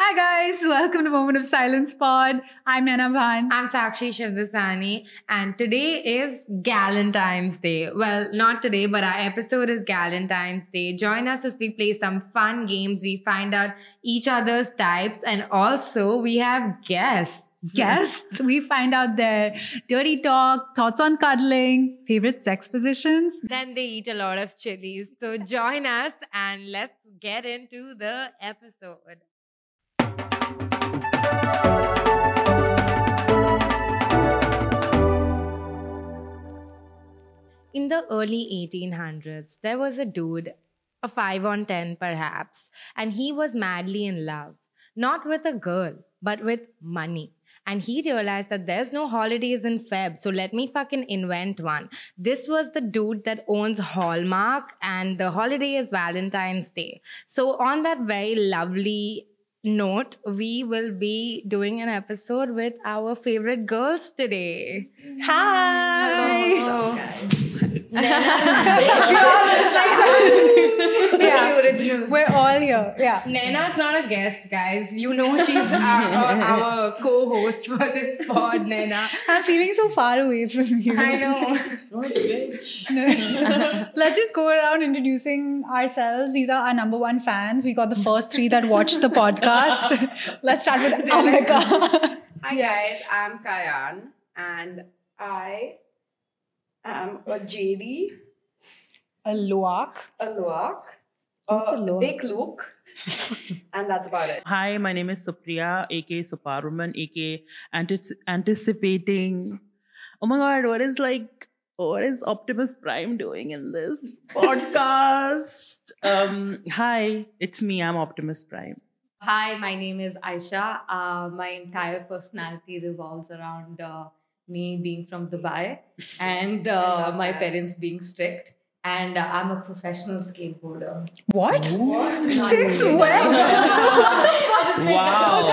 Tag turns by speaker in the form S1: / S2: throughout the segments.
S1: Hi guys, welcome to Moment of Silence Pod. I'm Anna Bhan.
S2: I'm Sakshi Shivdasani, and today is Galentine's Day. Well, not today, but our episode is Galentine's Day. Join us as we play some fun games. We find out each other's types, and also we have guests.
S1: Guests, we find out their dirty talk, thoughts on cuddling, favorite sex positions.
S2: Then they eat a lot of chilies. So join us and let's get into the episode. In the early 1800s, there was a dude, a 5 on 10 perhaps, and he was madly in love. Not with a girl, but with money. And he realized that there's no holidays in Feb, so let me fucking invent one. This was the dude that owns Hallmark, and the holiday is Valentine's Day. So, on that very lovely note, we will be doing an episode with our favorite girls today.
S1: Hi.
S2: Hello.
S1: Yeah.
S2: The original.
S1: We're all here. Yeah.
S2: Naina's not a guest, guys. You know she's our, our, our co-host for this pod, Naina.
S1: I'm feeling so far away from you.
S2: I know.
S1: Let's just go around introducing ourselves. These are our number one fans. We got the first three that watched the podcast. Let's start with Amrika.
S3: Hi guys, I'm Kayan and I am a JD,
S1: A Luak.
S3: a Loak,
S1: What's a Loak?
S3: Dick Luke, and that's about it.
S4: Hi, my name is Supriya, aka Suparuman, aka antici- anticipating. Oh my god, what is like what is Optimus Prime doing in this podcast? um, hi, it's me. I'm Optimus Prime.
S5: Hi, my name is Aisha. Uh, my entire personality revolves around uh, me being from Dubai and uh, my parents being strict. And uh, I'm a professional skateboarder.
S1: What? Since
S5: Not-
S1: when? Oh.
S4: Wow.
S5: I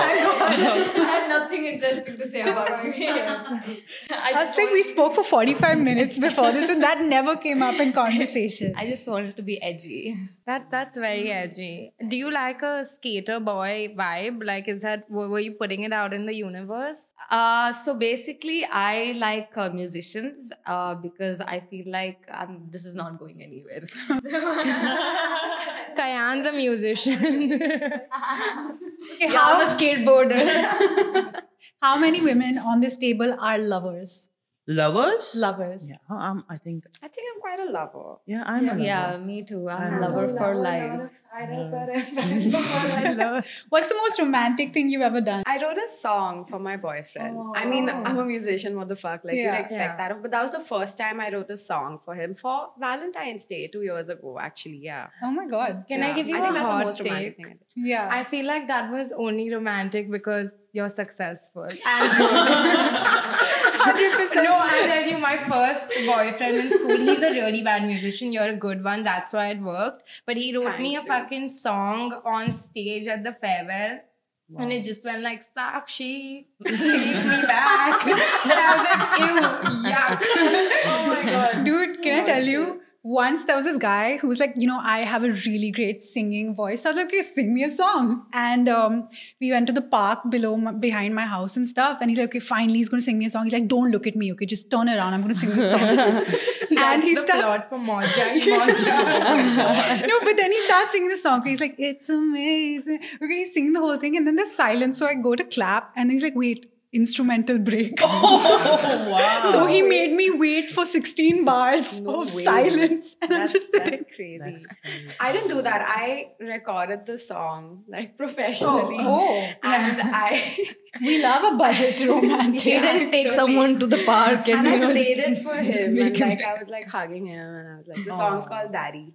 S5: have nothing interesting to say about me. I,
S1: I
S5: just
S1: think we
S5: want-
S1: spoke for 45 minutes before this, and that never came up in conversation.
S5: I just wanted to be edgy.
S2: That that's very
S1: Mm.
S2: edgy. Do you like a skater boy vibe? Like, is that were were you putting it out in the universe?
S5: Uh, so basically, I like uh, musicians uh, because I feel like um, this is not going anywhere.
S2: Kayan's a musician.
S1: Okay,
S5: Yeah,
S1: how,
S5: I'm a skateboarder.
S1: how many women on this table are lovers?
S4: Lovers?
S1: Lovers.
S4: Yeah, um, I think
S3: I think I'm quite a lover.
S4: yeah, I'm a lover.
S5: Yeah, me too. I'm
S4: I'm
S5: a
S4: a
S5: lover for life.
S1: What's the most romantic thing you've ever done?
S3: I wrote a song for my boyfriend. I mean, I'm a musician, what the fuck? Like,
S1: Yeah.
S3: you'd
S2: Oh. Yeah.
S3: expect that. But that was the first time I wrote a song for him for Valentine's Day two years ago, actually. Yeah.
S1: Oh my God.
S2: Can I
S3: Yeah.
S2: give you
S3: I
S2: a
S3: think that's the
S2: hot
S3: most
S2: take?
S3: romantic thing I did.
S1: Yeah.
S2: I feel like that was only romantic because you're successful. no, I tell you, my first boyfriend in school, he's a really bad musician. You're a good one. That's why it worked. But he wrote me a
S3: Thanks, dude.
S2: fucking song on stage at the farewell.
S4: Wow.
S2: And it just went like, Sakshi, take me back. and I was like, ew, yuck.
S3: Oh my god.
S1: Dude, can I
S3: Oh,
S1: tell
S3: shit.
S1: you? Once there was this guy who was like, you know, I have a really great singing voice. So I was like, okay, sing me a song. And um, we went to the park below, my, behind my house and stuff. And he's like, okay, finally, he's going to sing me a song. He's like, don't look at me, okay, just turn around. I'm going to sing this song. and
S2: That's
S1: he
S2: the
S1: started.
S2: plot for Moja. Moja.
S1: No, but then he starts singing the song. He's like, it's amazing. Okay, he's singing the whole thing. And then there's silence. So I go to clap. And he's like, wait, instrumental break.
S4: Oh, wow.
S1: So he made me wait for 16 bars
S3: No
S1: of
S3: way.
S1: silence. And I'm
S3: That's,
S1: just sitting.
S3: that's crazy.
S4: That's crazy.
S3: I didn't do that. I recorded the song like professionally.
S1: Oh,
S3: And I
S1: we love a budget romance.
S2: She didn't take someone to the park and,
S3: and I
S2: you know,
S3: played
S2: just-
S3: it for him.
S2: make him-
S3: And
S2: Oh.
S3: like I was like hugging him and I was like, the song's called Daddy.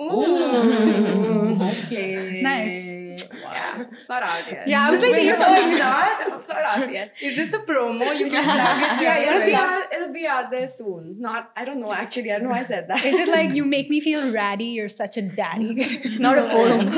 S4: Ooh, okay.
S1: Nice.
S3: Yeah. It's not out yet.
S1: Yeah, I was like,
S2: Wait,
S1: thinking
S2: so
S1: something.
S2: it's
S3: not it's not out yet.
S2: Is this a promo? You can plug it.
S1: Yeah,
S3: It'll be
S1: yeah.
S3: out it'll be out there soon. Not I don't know actually. I don't know why I said that.
S1: Is it like you make me feel ratty? You're such a daddy.
S5: It's not a poem.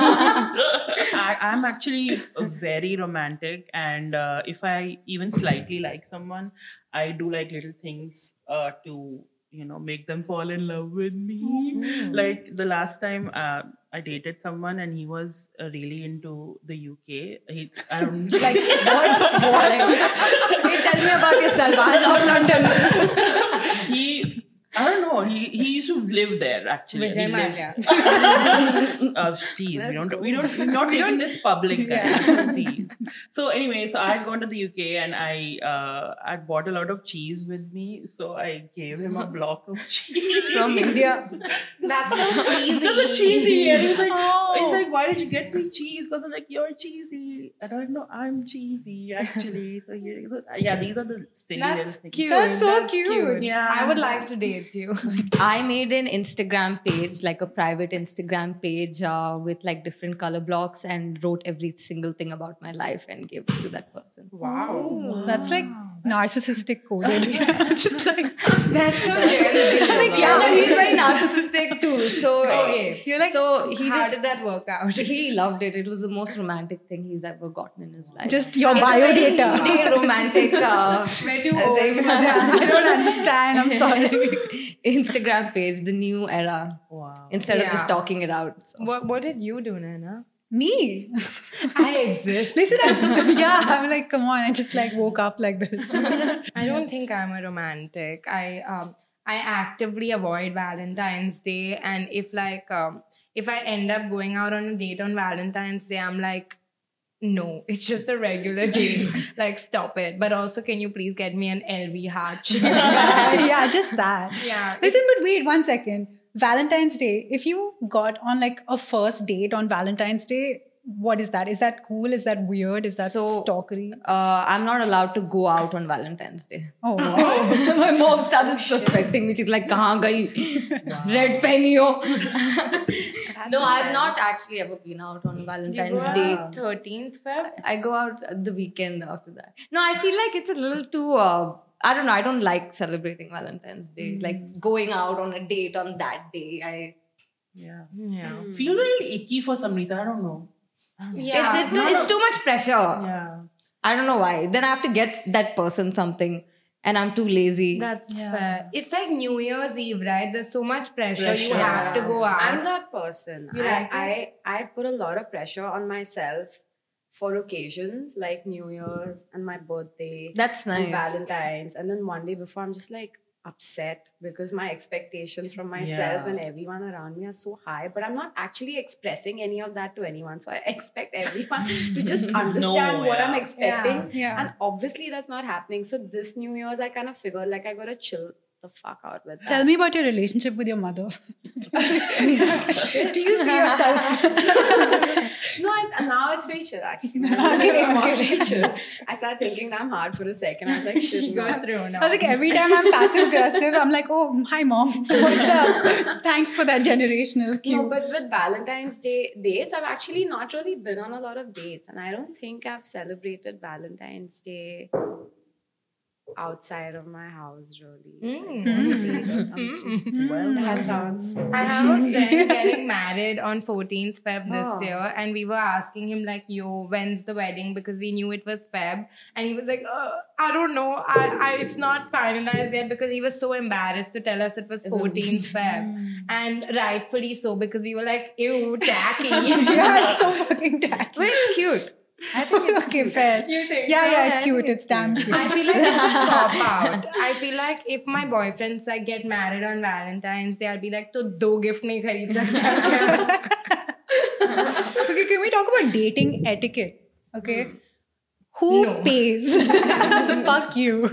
S4: I, I'm actually very romantic, and uh, if I even slightly like someone, I do like little things uh, to you know make them fall in love with me. Like the last time, uh, I dated someone and he was uh, really into the UK. He, um, I don't
S5: Like, what? what? Hey, tell me about yourself. I'll, or London.
S4: he I don't know. He he used to live there actually. He
S2: Vijay
S4: lived-
S2: Malia.
S4: Uh, jeez, we don't, we don't, we're not doing this public, guys. Please. So anyway, so I had gone to the UK and I, uh, I bought a lot of cheese with me. So I gave him a block of cheese.
S5: From India.
S2: That's so cheesy. Oh.
S4: That's so cheesy. And he's like, he's like, why did you get me cheese? Because I'm like, you're cheesy. And I'm like, no, I'm cheesy actually. So he- yeah, these are the silly little
S2: That's
S4: things.
S2: cute.
S1: That's so cute.
S4: Yeah.
S2: I would like to date you.
S5: I made an Instagram page, like a private Instagram page uh, with like different color blocks and wrote every single thing about my life and gave it to that person.
S3: Wow.
S1: That's like narcissistic coded. Just like
S5: That's so
S1: Like,
S5: jealous.
S1: yeah.
S5: yeah, no, he's very narcissistic too. So, okay.
S1: You're like,
S5: so Oh, he
S2: How
S5: just
S2: did that work out?
S5: he loved it. It was the most romantic thing he's ever gotten in his life.
S1: just your
S5: It's a
S1: bio
S5: very
S1: data.
S5: new day romantic uh,
S2: We're too
S5: old for
S1: I don't understand. I'm sorry.
S5: Instagram page, the new era.
S4: wow.
S5: Instead of just
S2: Yeah.
S5: talking it out. So.
S2: What What did you do, Nana?
S1: Me?
S5: I exist.
S1: Listen, I'm, yeah, I'm like, come on. I just like woke up like this.
S2: I don't think I'm a romantic. I um I actively avoid Valentine's Day, and if like um if I end up going out on a date on Valentine's Day, I'm like. No, it's just a regular date. like, stop it. But also, can you please get me an LV heart? shape?
S1: yeah, just that.
S2: yeah.
S1: Listen, but wait one second. Valentine's Day, if you got on like a first date on Valentine's Day, what is that? Is that cool? Is that weird? Is that
S5: So-
S1: stalkery?
S5: Uh, I'm not allowed to go out on Valentine's Day.
S1: Oh, wow.
S5: My mom started suspecting me. She's like, "Kahan gayi? Red pen yo." no, I've not actually ever been out on Valentine's Day.
S2: 13th Feb?
S5: I go out at the weekend after that. No, I feel like it's a little too. Uh, I don't know. I don't like celebrating Valentine's Day.
S1: Hmm.
S5: Like going out on a date on that day. I
S4: Yeah.
S2: Yeah.
S4: Feels a little icky for some reason. I don't know.
S2: Yeah.
S5: it's it too, it's too much pressure.
S2: Uh,
S4: Yeah.
S5: I don't know why. Then I have to get that person something, and I'm too lazy.
S2: That's
S1: Yeah.
S2: fair. It's like New Year's Eve, right? There's so much pressure. You
S4: Pressure.
S2: have to go out.
S3: I'm that person.
S2: You
S3: I,
S2: like
S3: I I put a lot of pressure on myself for occasions like New Year's and my birthday
S5: That's
S3: and
S5: nice.
S3: Valentine's, and then one day before I'm just like upset because my expectations from myself
S4: Yeah.
S3: and everyone around me are so high, but I'm not actually expressing any of that to anyone. So I expect everyone to just understand what
S4: yeah.
S3: I'm expecting.
S1: yeah.
S3: And obviously that's not happening. So this New Year's I kind of figured like I gotta chill the fuck out with that.
S1: Tell me about your relationship with your mother. Do you see yourself?
S3: No, I, and now it's very chill actually.
S1: Okay,
S3: Now
S1: okay.
S3: it's very chill. I started thinking that I'm hard for a second. I was like,
S2: she
S3: shit, no.
S2: got through now.
S1: I was like, every time I'm passive aggressive, I'm like, oh, hi, mom. What's up? Thanks for that generational cue.
S3: No, but with Valentine's Day dates, I've actually not really been on a lot of dates, and I don't think I've celebrated Valentine's Day outside of my house really.
S2: Mm.
S3: Date or something.
S2: Mm.
S4: Well,
S3: That sounds.
S2: I have a friend getting married on 14th Feb this
S3: Oh.
S2: year, and we were asking him, like, yo, when's the wedding? Because we knew it was Feb. And he was like, uh, I don't know. I, I It's not finalized yet because he was so embarrassed to tell us it was 14th Feb. And rightfully so, because we were like, ew, tacky.
S1: yeah, it's so fucking
S5: But
S1: tacky.
S5: it's cute.
S1: I think it's okay, fair.
S2: You think
S1: Yeah,
S2: so?
S1: yeah,
S2: I
S1: it's cute. It's damn cute.
S2: I feel like it's a cop out. I feel like if my boyfriends like get married on Valentine's Day, I'll be like, "तो दो gift नहीं खरीद सकता
S1: okay, can we talk about dating etiquette? Okay. Who
S2: Hmm. No.
S1: pays? Fuck you.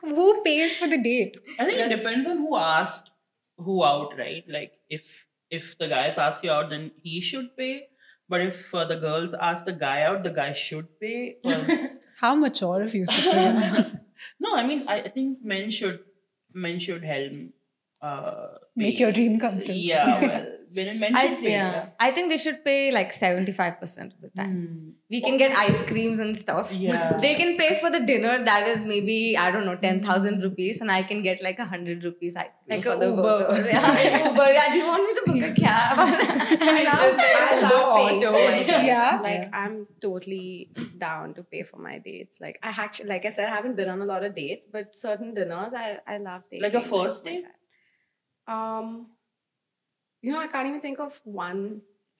S1: Who pays for the date?
S4: I think it depends on who asked who out, right? Like if if the guys ask you out, then he should pay. But if uh, the girls ask the guy out, the guy should pay. 'cause-
S1: How mature of you, Supriya.
S4: no, I mean I, I think men should men should help uh,
S1: Make
S4: pay.
S1: your dream come true.
S4: Yeah, well, men, men
S5: I,
S4: should pay.
S5: yeah. I think they should pay like 75% of the time.
S4: Mm,
S1: Hmm.
S5: We can get ice creams and stuff.
S4: yeah.
S5: They can pay for the dinner that is maybe, I don't know, 10,000 rupees, and I can get like a 100 rupees ice cream.
S2: Like
S5: for
S2: a
S5: the
S2: Uber.
S5: both. Yeah, Uber. Yeah, do you want me to book a cab? and it's just
S3: I
S5: like
S3: love
S5: Uber
S3: paying for
S5: auto.
S3: my dates.
S1: Yeah.
S3: Like I'm totally down to pay for my dates. Like I actually, like I said, I haven't been on a lot of dates, but certain dinners I I love dating.
S4: Like a first
S3: like
S4: date?
S3: that. Um, You know, I can't even think of one.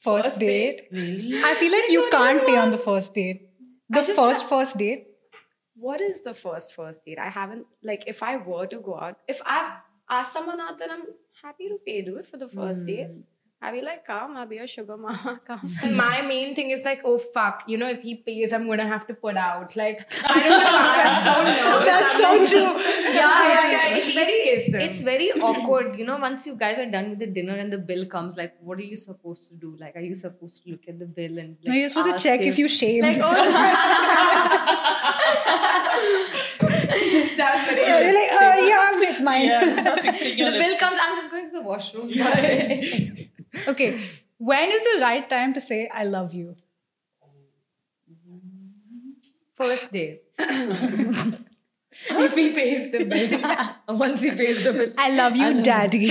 S1: First,
S3: First
S1: date.
S4: Really?
S1: I feel like you can't pay on the first date.
S3: I
S1: The
S3: just
S1: first
S3: ha-
S1: first date.
S3: What is the first first date? I haven't like if I were to go out, if I've asked someone out, then I'm happy to pay do it for the
S5: Hmm.
S3: first date. I'll be like, come, I'll be your sugar mama, come.
S2: And my main thing is like, oh fuck, you know, if he pays, I'm gonna have to put out. Like, I don't know. I'm so nervous.
S1: That's so true.
S5: yeah, yeah,
S2: yeah,
S5: yeah. It's
S2: it's
S5: very,
S2: escapism.
S5: it's very awkward. You know, once you guys are done with the dinner and the bill comes, like, what are you supposed to do? Like, are you supposed to look at the bill and? Like,
S1: No, you're supposed
S5: ask
S1: to check if you shaved.
S5: Like, oh. oh,
S1: yeah, you're like, uh, yeah, it's mine.
S4: Yeah, stop fixing your
S5: the
S4: lips.
S5: bill comes. I'm just going to the washroom.
S1: okay. When is the right time to say I love you?
S5: First day. if he pays the bill, once he pays the bill,
S1: I love you, daddy.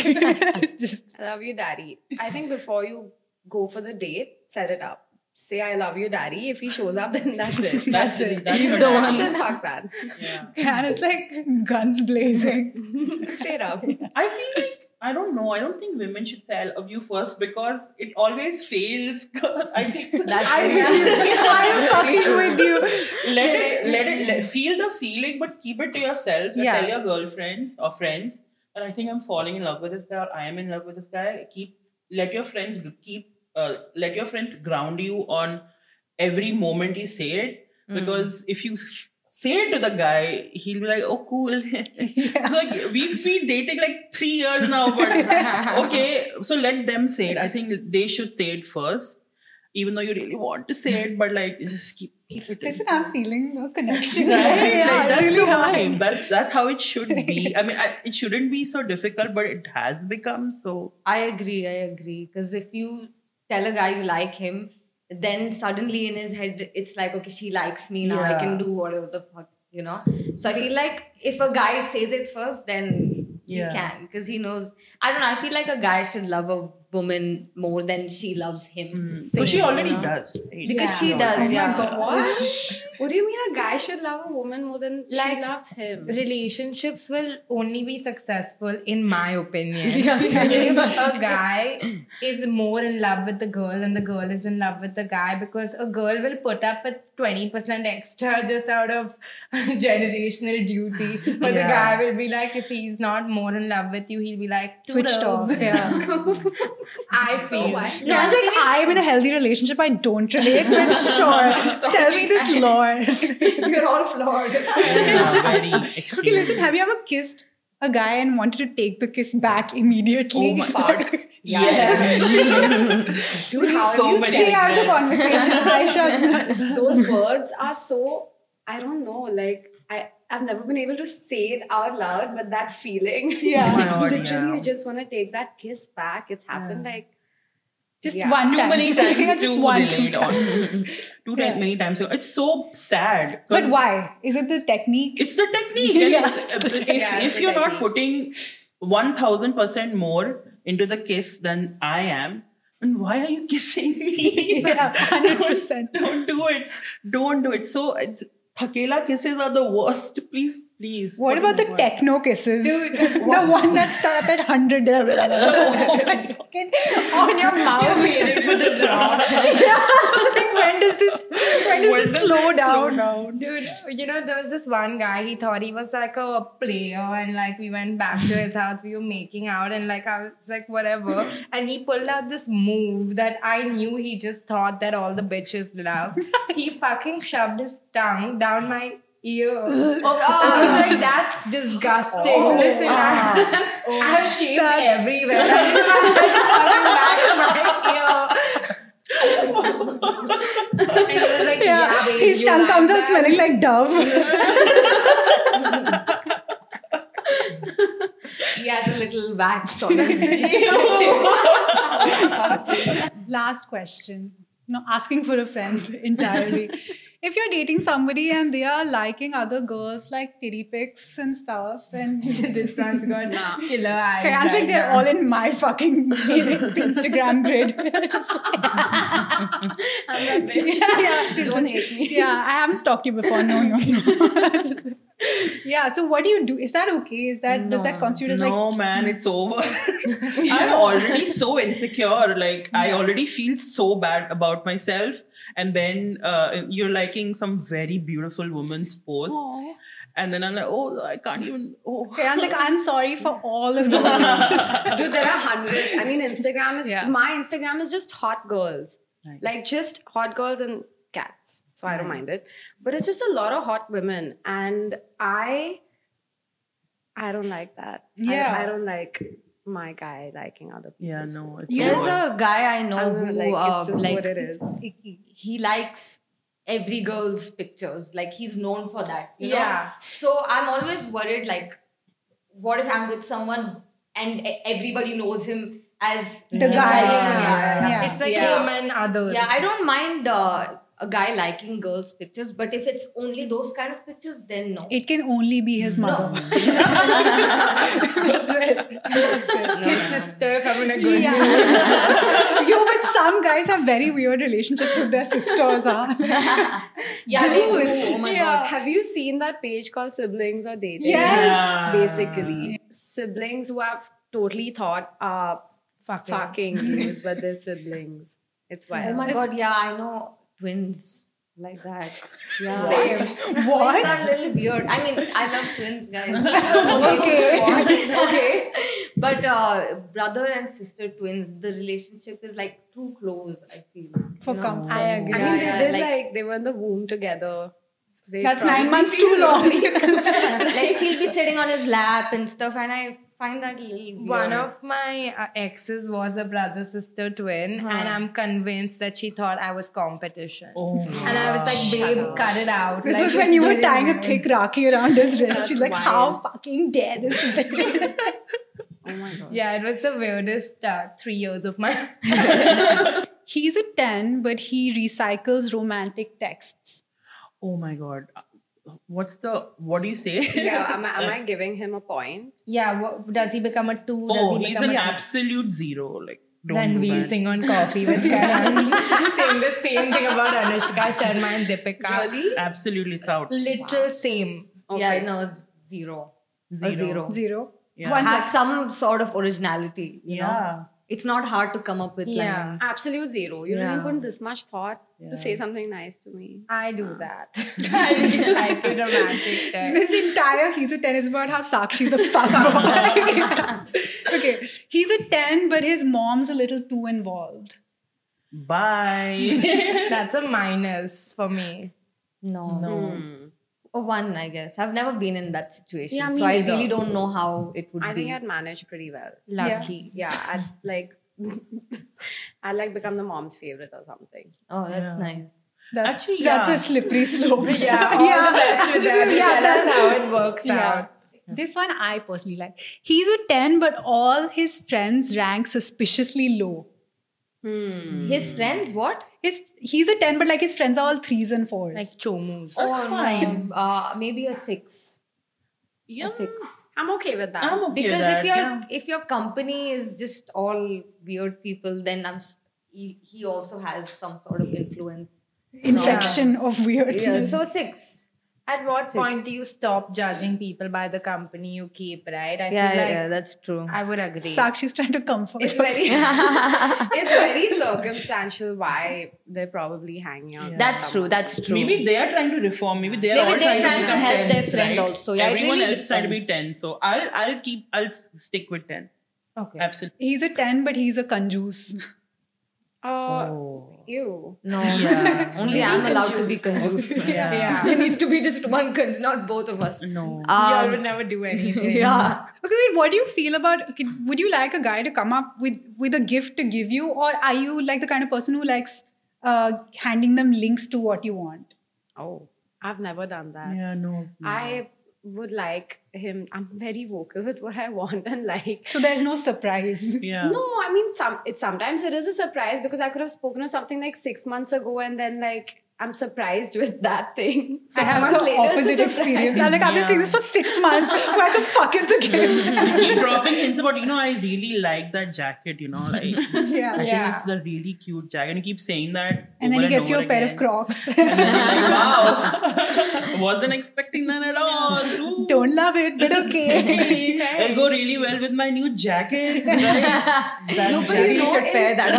S1: Just-
S3: I love you, daddy. I think before you go for the date, set it up. Say I love you, daddy. If he shows up, then that's it.
S4: That's it. That's
S5: He's
S4: your
S5: the
S4: dad.
S5: one.
S3: Then fuck that.
S4: Yeah.
S1: and it's like guns blazing.
S3: Straight up.
S4: I feel like I don't know. I don't think women should say "I love you" first because it always fails. I think
S5: That's
S1: I
S5: very
S1: am fucking with you.
S4: let it let it let, feel the feeling, but keep it to yourself. Just
S1: Yeah.
S4: Tell your girlfriends or friends that I think I'm falling in love with this guy or I am in love with this guy. Keep let your friends g- keep uh, let your friends ground you on every moment you say it because if you s- say it to the guy, he'll be like, "Oh, cool." like we've been dating like three years now, but okay. So let them say it. I think they should say it first. Even though you really want to say it, but like just keep keep it.
S1: Listen,
S4: inside.
S1: I'm feeling no connection.
S4: Right? like, that's
S1: really
S4: the
S1: hard.
S4: vibe. That's that's how it should be. I mean, I, it shouldn't be so difficult, but it has become so.
S5: I agree. I agree. Because if you tell a guy you like him, then suddenly in his head it's like, okay, she likes me now. I
S4: Yeah.
S5: can do whatever the fuck, you know. So I feel like if a guy says it first, then
S4: Yeah.
S5: he can because he knows. I don't know. I feel like a guy should love a woman more than she loves him.
S4: So
S5: Same,
S4: mm, she already
S5: you know?
S4: does. right?
S5: Because
S1: Hmm. Yeah.
S5: she does.
S1: Oh my
S5: yeah.
S1: God.
S3: What? what do you mean a guy should love a woman more than
S2: Like-
S3: she loves him?
S2: Relationships will only be successful, in my opinion,
S5: Yeah, same.
S2: if a guy is more in love with the girl and the girl is in love with the guy because a girl will put up with 20% extra just out of generational duty. But
S4: Yeah.
S2: the guy will be like, if he's not more in love with you, he'll be like,
S1: Switched off.
S2: "Toodles."
S1: Yeah.
S2: I feel.
S1: No, it's like I'm in a healthy relationship. I don't relate, but sure. Tell me this lore.
S5: You're all flawed.
S4: Yeah, very
S1: Okay,
S4: extreme.
S1: listen, have you ever kissed a guy and wanted to take the kiss back immediately?
S4: Oh my
S1: Fuck.
S4: Yes.
S3: Dude, how
S4: So
S3: do you
S4: many
S1: Stay
S3: say
S1: out of the conversation. Aisha.
S3: those words are so I don't know, like I, I've never been able to say it out loud, but that feeling.
S1: Yeah.
S4: Oh my God,
S3: Literally
S4: yeah.
S3: you just want to take that kiss back. It's happened like
S1: Just
S3: Yeah.
S1: one
S4: Too
S1: time.
S4: many times
S1: Yeah,
S4: to
S1: just one, two
S4: relate on.
S1: times.
S4: Too
S1: Yeah.
S4: many times. to- It's so sad.
S1: But
S4: 'cause
S1: why? Is it the technique?
S4: It's the technique.
S1: Yeah,
S4: and it's-
S1: it's the
S4: if
S3: technique. Yeah,
S4: if
S3: it's the
S4: you're not putting
S3: technique.
S4: one thousand percent more into the kiss than I am, then why are you kissing me?
S1: Yeah, 100%.
S4: don't do it. Don't do it. So it's thakela kisses are the worst. Please, please.
S1: What about the
S4: tech?
S1: techno kisses?
S5: Dude,
S1: the one that start at 100. Fucking on your mouth.
S5: waiting for the drop.
S1: Yeah, like, when does this when does this slow down?
S2: Dude, you know, there was this one guy, he thought he was like a player, and like we went back to his house, we were making out, and like I was like, whatever. And he pulled out this move that I knew he just thought that all the bitches love. he fucking shoved his tongue down my ear. oh, I was like, that's disgusting. Listen, I, I have shaved
S1: Oh, That's-
S2: everywhere. I didn't have that fucking back my ear. And he was like, yeah, babe,
S1: his
S2: you
S1: tongue
S2: like
S1: comes out
S2: that?"
S1: smelling like Dove.
S5: He has a little wax on his
S1: Last question. No, asking for a friend entirely. if you're dating somebody and they are liking other girls like titty pics and stuff, and
S2: this one's got killer eyes.
S1: okay, I was like,
S2: right
S1: they're
S2: now.
S1: all in my fucking Instagram grid. Just like-
S3: I'm not bitch.
S1: yeah, yeah, she's
S3: Don't hate me.
S1: yeah, I haven't stalked you before. No, no, no. Just- yeah. So what do you do? Is that okay? Is that does that
S5: No.
S1: constitute as
S4: no,
S1: like
S4: man, it's over. I'm already so insecure. Like I already feel so bad about myself, and then uh, you're liking some very beautiful woman's posts,
S1: Aw.
S4: and then I'm like, oh, I can't even. Oh,
S1: Okay, I'm like, I'm sorry for all of the
S3: Dude, there are hundreds. I mean, Instagram is
S1: Yeah.
S3: my Instagram is just hot girls, like just hot girls and cats. So I don't mind it, but it's just a lot of hot women, and I, I don't like that. I-
S1: Yeah.
S3: I, don't like my guy liking other people.
S4: yeah, no, it's
S1: You
S5: There's
S4: over.
S5: a guy I know
S3: I don't
S5: who
S3: know, like,
S5: uh,
S3: it's just
S5: like
S3: what it is.
S5: he likes every girl's pictures. Like he's known for that. you know?
S3: Yeah.
S5: So I'm always worried. Like, what if I'm with someone and e- everybody knows him as
S1: The guy.
S5: Yeah.
S1: Yeah.
S2: It's like
S5: Yeah.
S2: him and others.
S5: Yeah, I don't mind uh, a guy liking girls' pictures, but if it's only those kind of pictures, then no.
S1: It can only be his mother. That's it.
S2: His sister from a good
S1: you, but some guys have very weird relationships with their sisters, huh?
S5: yeah, they do. Oh my
S1: Yeah.
S5: god.
S3: Have you seen that page called Siblings or Dating?
S1: Yes.
S4: Yeah.
S3: Basically, siblings who have totally thought are fucking dudes, but they're siblings. It's
S5: Oh
S3: wild.
S5: my god. Yeah, I know twins like that. Yeah.
S1: Same.
S5: Twins
S1: What?
S5: are a little weird. I mean, I love twins, guys.
S1: Okay.
S5: okay. But uh, brother and sister twins, the relationship is like too close. I feel.
S1: For
S5: No.
S1: comfort.
S3: I agree. I
S5: Yeah,
S3: mean, they
S5: yeah,
S3: did
S5: like-
S3: like, they were in the womb together. So they
S1: That's
S3: probably-
S1: nine months too long.
S5: like she'll be sitting on his lap and stuff, and I find that a little weird.
S2: One of my uh, exes was a brother sister twin, and I'm convinced that she thought I was competition.
S4: Oh my
S2: And I was like, babe, cut it out.
S1: This
S2: Like,
S1: was
S2: it's
S1: when you were
S2: good
S1: tying a
S2: enough.
S1: thick Rakhi around his wrist.
S3: That's
S1: She's like,
S3: wild.
S1: how fucking dare this bitch?
S3: Oh my god.
S2: Yeah, it was the weirdest uh, three years of my.
S1: He's a 10, but he recycles romantic texts.
S4: oh my god, what's the what do you say?
S3: Yeah, am I, am I giving him a point?
S2: yeah, what, does he become a two?
S4: oh,
S2: does he
S4: he's
S2: become
S4: an
S2: a
S4: absolute zero. Like don't
S2: Then
S4: do
S2: we
S4: that.
S2: sing on coffee with Karan, saying the same thing about Anushka Sharma and Deepika.
S3: Really?
S4: Absolutely, it's out.
S2: Literal same.
S5: yeah, no zero.
S4: Zero.
S5: A zero.
S1: Zero.
S4: Yeah.
S1: One
S5: Has some sort of originality. You Know?
S4: Yeah.
S5: It's not hard to come up with
S2: Yeah.
S5: lines.
S3: Absolute zero. You don't
S5: Yeah.
S3: even put this much thought
S4: Yeah.
S3: to say something nice to me.
S2: I do that. I like a romantic text.
S1: This entire he's a 10 is about how Sakshi's a fuckboy. okay. He's a 10, but his mom's a little too involved.
S4: Bye.
S2: That's a minus for me.
S5: No.
S4: no.
S5: A one, I guess. I've never been in that situation,
S3: Yeah, me
S5: so I
S3: neither.
S5: really don't know how it would
S3: I
S5: be.
S3: think I'd manage pretty well.
S2: Lucky.
S3: Yeah, I'd like I'd like become the mom's favorite or something.
S5: oh, that's
S4: Yeah.
S5: nice.
S1: That's,
S4: Actually,
S1: that's
S4: yeah.
S1: a slippery slope.
S2: Yeah, all the best with them.
S1: Yeah,
S2: Tell us
S1: that's-
S2: how it works out.
S1: This one I personally like. He's a 10, but all his friends rank suspiciously low.
S5: His friends, what?
S1: His he's a 10, but like his friends are all threes and fours.
S2: Like chomus.
S5: oh, No. Uh, maybe a six.
S4: Yeah.
S5: A six.
S3: I'm okay with that.
S4: I'm okay with
S5: because
S4: that,
S5: if your
S4: yeah.
S5: if your company is just all weird people, then I'm s- he, he also has some sort of influence.
S1: infection of
S5: Yeah,
S1: weirdness.
S5: so six.
S2: At what
S5: Six.
S2: point do you stop judging people by the company you keep, right? I
S5: yeah,
S2: feel
S5: yeah,
S2: like
S5: yeah, that's true.
S2: I would agree.
S1: Sakshi's trying to comfort
S3: It's
S1: us.
S3: very it's very circumstantial why they're probably hanging out. with
S5: that's true.
S3: someone.
S5: That's true.
S4: Maybe they are trying to reform. Maybe they are
S5: Maybe
S4: all
S5: they're
S4: trying,
S5: trying
S4: to,
S5: to
S4: become
S5: help their
S4: 10s,
S5: friend
S4: right?
S5: also. Yeah, it
S4: everyone
S5: really
S4: else trying to be
S5: depends.
S4: ten. So I'll I'll keep I'll s- stick with ten.
S2: Okay.
S4: Absolutely.
S1: He's a 10, but he's a conjuice.
S3: Uh,
S4: Oh.
S3: you.
S5: no, only I'm allowed to be confused.
S4: Yeah.
S2: Yeah.
S5: It needs to be just one, con- not both of us.
S4: No.
S2: Y'all would
S5: Um,
S2: never do anything.
S5: yeah.
S1: Okay, wait, what do you feel about okay, would you like a guy to come up with with a gift to give you or are you like the kind of person who likes uh, handing them links to what you want?
S3: Oh. I've never done that.
S4: Yeah. No. no.
S3: I would like him. I'm very vocal with what I want and like.
S1: So there's no surprise.
S4: Yeah.
S3: No, I mean, some it sometimes it is a surprise because I could have spoken of something like six months ago and then like I'm surprised with that thing.
S1: I
S3: Six
S1: have
S3: months
S1: the
S3: later, it's a
S1: opposite
S3: surprise.
S1: experience. I'm like, I've been
S4: Yeah.
S1: seeing this for six months. Where the fuck is the gift?
S4: You keep dropping hints about, you know, I really like that jacket, you know, like I
S1: yeah.
S3: Yeah.
S4: think it's a really cute jacket. And you keep saying that.
S1: And then
S4: over
S1: he gets you
S4: over
S1: a pair
S4: again.
S1: of Crocs.
S4: And then you're like, wow, wasn't expecting that at all. Ooh.
S1: Don't love it, but okay.
S4: It'll go really well with my new jacket.
S3: No, but
S5: Maybe
S3: you
S5: you
S3: know,
S5: should
S3: in-
S5: pair that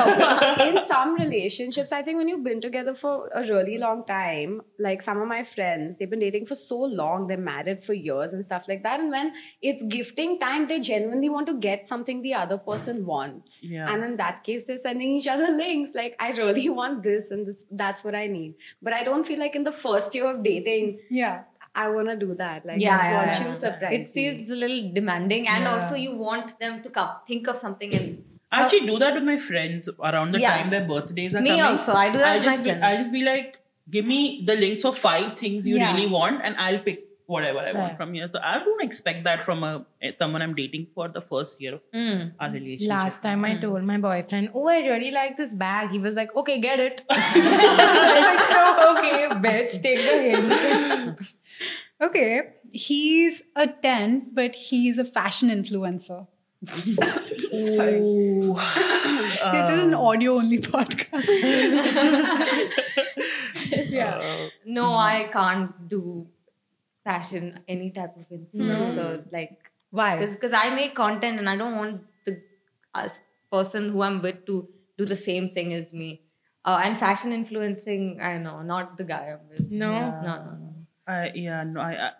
S5: up.
S3: in some relationships, I think when you've been together for a really long time, like some of my friends, they've been dating for so long, they're married for years and stuff like that. And when it's gifting time, they genuinely want to get something the other person wants.
S4: Yeah.
S3: And in that case, they're sending each other links like, I really want this and this, that's what I need. But I don't feel like in the first year of dating,
S1: yeah.
S3: I want to do that. Like,
S5: Yeah,
S3: I
S5: yeah,
S3: want
S5: yeah.
S3: you to surprise
S5: It feels a little demanding, and
S2: Yeah.
S5: also you want them to come think of something. And
S4: I actually do that with my friends around the
S5: Yeah.
S4: time their birthdays are
S5: me
S4: coming.
S5: also, I do that
S4: I'll
S5: with my
S4: just, be,
S5: friends.
S4: I'll just be like, give me the links for five things you
S1: Yeah.
S4: really want, and I'll pick whatever I want
S2: Fair.
S4: from here. So I don't expect that from a someone I'm dating for the first year of
S5: Mm.
S4: our relationship.
S2: Last time I told my boyfriend, Oh, I really like this bag. He was like, Okay, get it.
S5: like, no, okay, bitch, take the hint.
S1: Okay. He's a 10, but he's a fashion influencer.
S4: Ooh.
S1: This is an audio only podcast.
S4: yeah.
S5: No, I can't do fashion any type of influencer. Like,
S1: Why?
S5: because I make content and I don't want the us, person who I'm with to do the same thing as me. Uh, and fashion influencing, I know, not the guy I'm with.
S2: No.
S5: no, no, no.
S4: I, yeah, no, I, I,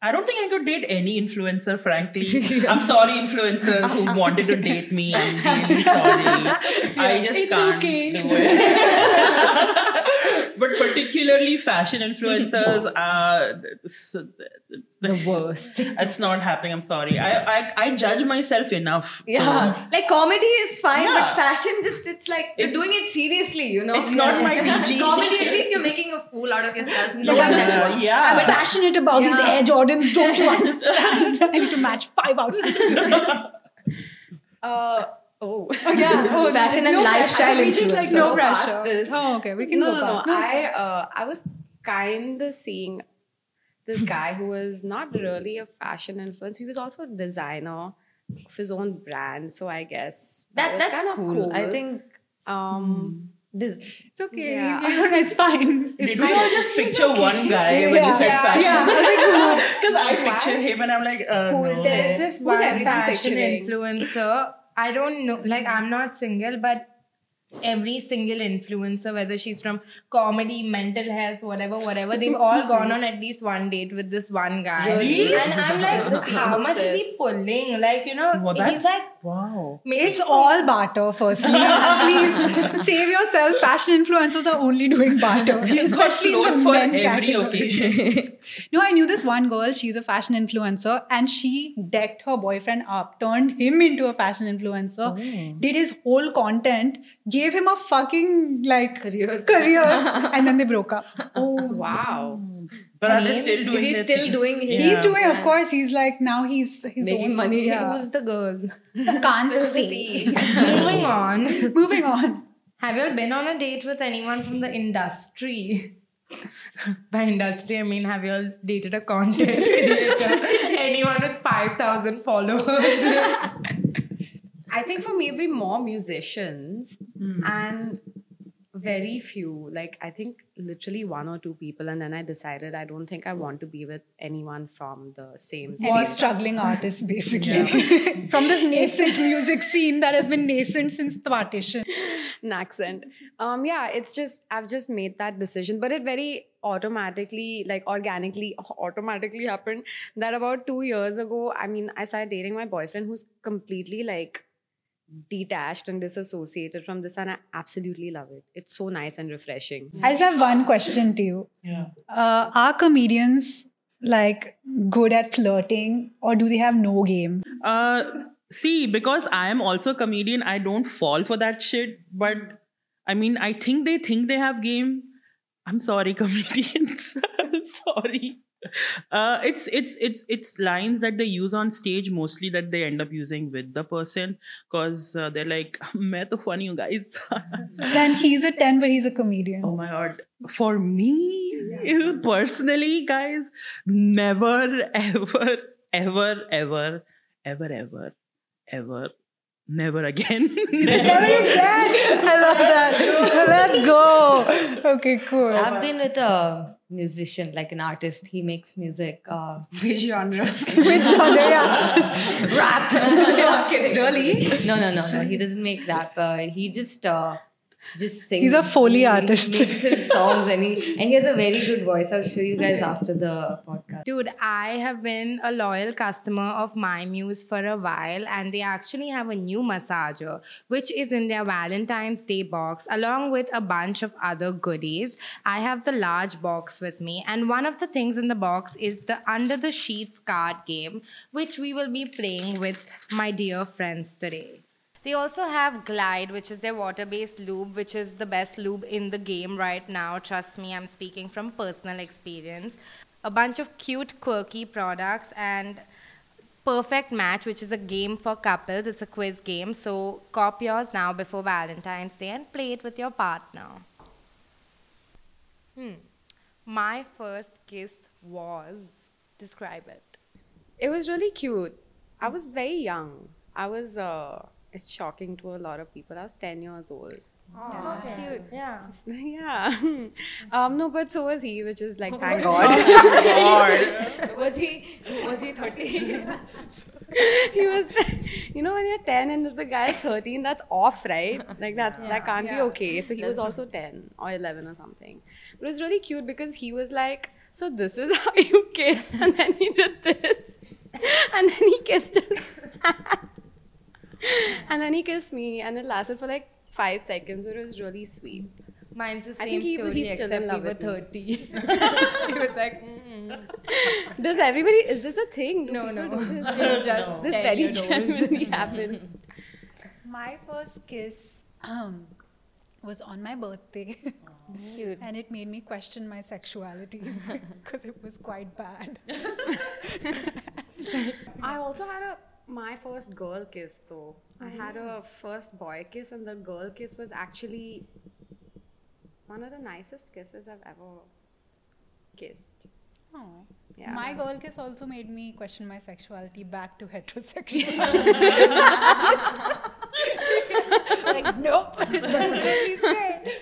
S4: I don't think I could date any influencer, frankly. I'm sorry, influencers who wanted to date me. I'm really sorry. I just
S5: It's
S4: can't
S5: okay.
S4: do it. but particularly fashion influencers are
S2: the worst.
S4: It's not happening. I'm sorry. I I, I judge myself enough.
S5: Yeah, like comedy is fine,
S4: Yeah.
S5: but fashion just it's like you're
S4: It's-
S5: doing it seriously, you know.
S4: It's not my PG.
S5: comedy. At least you're making a fool out of yourself. No
S4: Yeah.
S5: one that works.
S4: Yeah.
S1: I'm passionate about these
S5: Yeah.
S1: Air Jordans. Don't you understand? I need to match five outfits.
S3: Uh, oh.
S1: yeah.
S5: Oh, fashion and lifestyle
S3: We just, like,
S5: influencer.
S1: No
S3: go past
S1: pressure.
S3: this.
S1: Oh, okay. We can
S3: no,
S1: go
S3: no,
S1: past.
S3: no. I uh, I was kind of seeing this guy who was not really a fashion influencer. He was also a designer of his own brand. So I guess
S5: that
S3: was
S5: that's
S3: kinda
S5: cool. I think
S3: Um,
S5: this,
S1: It's okay.
S3: Yeah.
S1: You know, it's fine.
S4: Did
S1: It's
S4: we all just picture one guy when you
S1: Yeah.
S4: said
S3: Yeah.
S4: fashion?
S1: yeah.
S4: Because I picture him and I'm like, uh,
S2: Cool.
S4: no.
S2: There's this
S3: Who's
S2: one
S3: everyone
S2: fashion
S3: picturing?
S2: influencer. I don't know, like I'm not single, but every single influencer, whether she's from comedy, mental health, whatever, whatever, they've all gone on at least one date with this one guy.
S4: Really?
S2: And I'm like, how much is he pulling? Like, you know,
S4: Well,
S2: he's
S4: that's-
S2: like
S4: Wow.
S2: making
S1: It's all barter, firstly. Please save yourself. Fashion influencers are only doing barter,
S4: He's got
S1: especially in
S4: clothes
S1: the
S4: for
S1: men
S4: every
S1: category.
S4: occasion.
S1: No, I knew this one girl. She's a fashion influencer, and she decked her boyfriend up, turned him into a fashion influencer,
S4: Oh.
S5: Oh.
S1: did his whole content, gave him a fucking like
S5: Career.
S1: career, and then they broke up.
S3: Oh wow.
S4: But are they
S2: Name?
S4: still doing
S5: he
S4: their
S5: still
S4: things?
S5: doing his-
S4: Yeah.
S1: He's doing, of
S5: Yeah.
S1: course. He's like now he's his
S5: Making
S1: own-
S5: money.
S1: Yeah.
S2: who's the girl?
S1: Can't say.
S3: Tea.
S2: Moving on.
S1: Moving on.
S2: Have you all been on a date with anyone from the industry? By industry, I mean, have you all dated a content creator? anyone with 5,000 followers?
S3: I think for me it'd be more musicians
S5: Hmm.
S3: and very few. Like I think literally one or two people, and then I decided I don't think I want to be with anyone from the same
S1: Any
S3: space.
S1: struggling artists, basically, from this nascent music scene that has been nascent since the partition.
S3: an accent. Um, yeah, it's just I've just made that decision, but it very automatically, like organically, automatically happened that about two years ago. I mean, I started dating my boyfriend, who's completely like detached and disassociated from this, and I absolutely love it. It's so nice and refreshing.
S1: I just have one question to you.
S4: Yeah.
S1: Uh, are comedians like good at flirting, or do they have no game?
S4: Uh, see, because I am also a comedian, I don't fall for that shit. But I mean, I think they think they have game. I'm sorry, comedians. I'm sorry. uh, it's it's it's it's lines that they use on stage mostly that they end up using with the person because uh, they're like, "मैं तो funny हूँ guys."
S1: Then he's a 10, but he's a comedian.
S4: oh my god! For me personally, guys, never, ever, ever, ever, ever, ever, ever, never again.
S1: Never again. I love that. Let's go. Okay, cool.
S5: I've been with a musician, like an artist. He makes music. Uh,
S3: Which genre?
S1: Which genre? Yeah.
S5: rap.
S3: Yeah, kidding.
S5: Really? No, no, no, no. He doesn't make rap. Uh, he just uh, just sings.
S1: He's a Foley
S5: He-
S1: artist.
S5: He makes his songs and he and he has a very good voice. I'll show you guys after the podcast.
S2: Dude, I have been a loyal customer of My Muse for a while, and they actually have a new massager, which is in their Valentine's Day box, along with a bunch of other goodies. I have the large box with me, and one of the things in the box is the Under the Sheets card game, which we will be playing with my dear friends today. They also have Glide, which is their water based lube, which is the best lube in the game right now. Trust me, I'm speaking from personal experience. A bunch of cute, quirky products and Perfect Match, which is a game for couples. It's a quiz game. So, cop yours now before Valentine's Day and play it with your partner. Hmm. My first kiss was. Describe it.
S3: It was really cute. I was very young. I was, uh, it's shocking to a lot of people. I was 10 years old.
S2: Cute. Yeah.
S3: yeah. Um, no, but so was he, which is like, thank God.
S5: Was he was he thirty?
S3: he was, you know, when you're 10 and if the guy is 13, that's off, right? Like, that's that can't be okay. So he was also 10 or 11 or something. But it was really cute because he was like, so this is how you kiss. And then he did this. And then he kissed his hand. And then he kissed me. And it lasted for like five seconds. But it was really sweet.
S2: Mine's the same
S3: think he-
S2: story,
S3: he's still
S2: except
S3: in
S2: we
S3: love
S2: were
S3: with
S2: 30.
S3: me.
S2: he was like, mm.
S3: Does everybody, is this a thing? Do
S2: No,
S3: people
S2: no.
S3: do This,
S2: No.
S3: It's just-
S2: No.
S3: this
S2: Ten
S3: very
S2: year olds.
S3: genuinely happened.
S1: My first kiss um, was on my birthday.
S2: Cute.
S1: And it made me question my sexuality because it was quite bad.
S3: I also had a my first girl kiss though. I had
S1: Oh.
S3: a first boy kiss, and the girl kiss was actually one of the nicest kisses I've ever kissed.
S1: Oh.
S3: Yeah.
S1: My girl kiss also made me question my sexuality back to heterosexuality. like, nope. Please stay.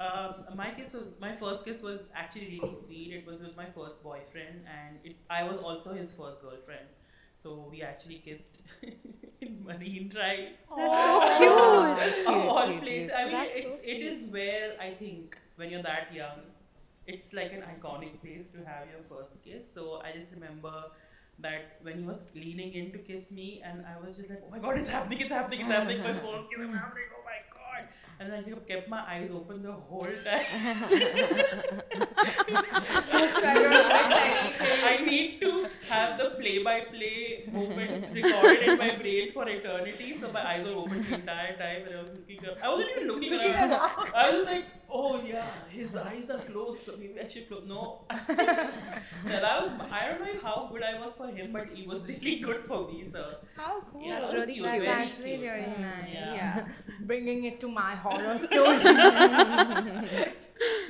S4: Um, my kiss was my first kiss was actually really sweet. It was with my first boyfriend, and it, I was also his first girlfriend. So we actually kissed in Marine Drive.
S3: That's so cute.
S4: of all
S5: cute,
S4: places.
S5: cute.
S4: I mean,
S3: That's so
S4: it's, it is where I think when you're that young, it's like an iconic place to have your first kiss. So I just remember that when he was leaning in to kiss me, and I was just like, oh my god, it's happening, it's happening, it's happening. My first kiss is happening. Oh my god. And then I kept my eyes open the whole time. I need to have the play-by-play movements recorded in my brain for eternity. So my eyes were open the entire time, and I was looking up. I wasn't even looking around. I was like, oh yeah, his eyes are closed, so maybe I should close. No. so that was. I don't know how good I was for him, but he was really good for me. So
S2: How cool.
S4: Yeah,
S2: That's
S4: that was
S2: really
S4: cute.
S2: nice.
S4: Very
S2: actually
S4: cute.
S2: really nice.
S4: Yeah.
S2: Bringing it to my horror story.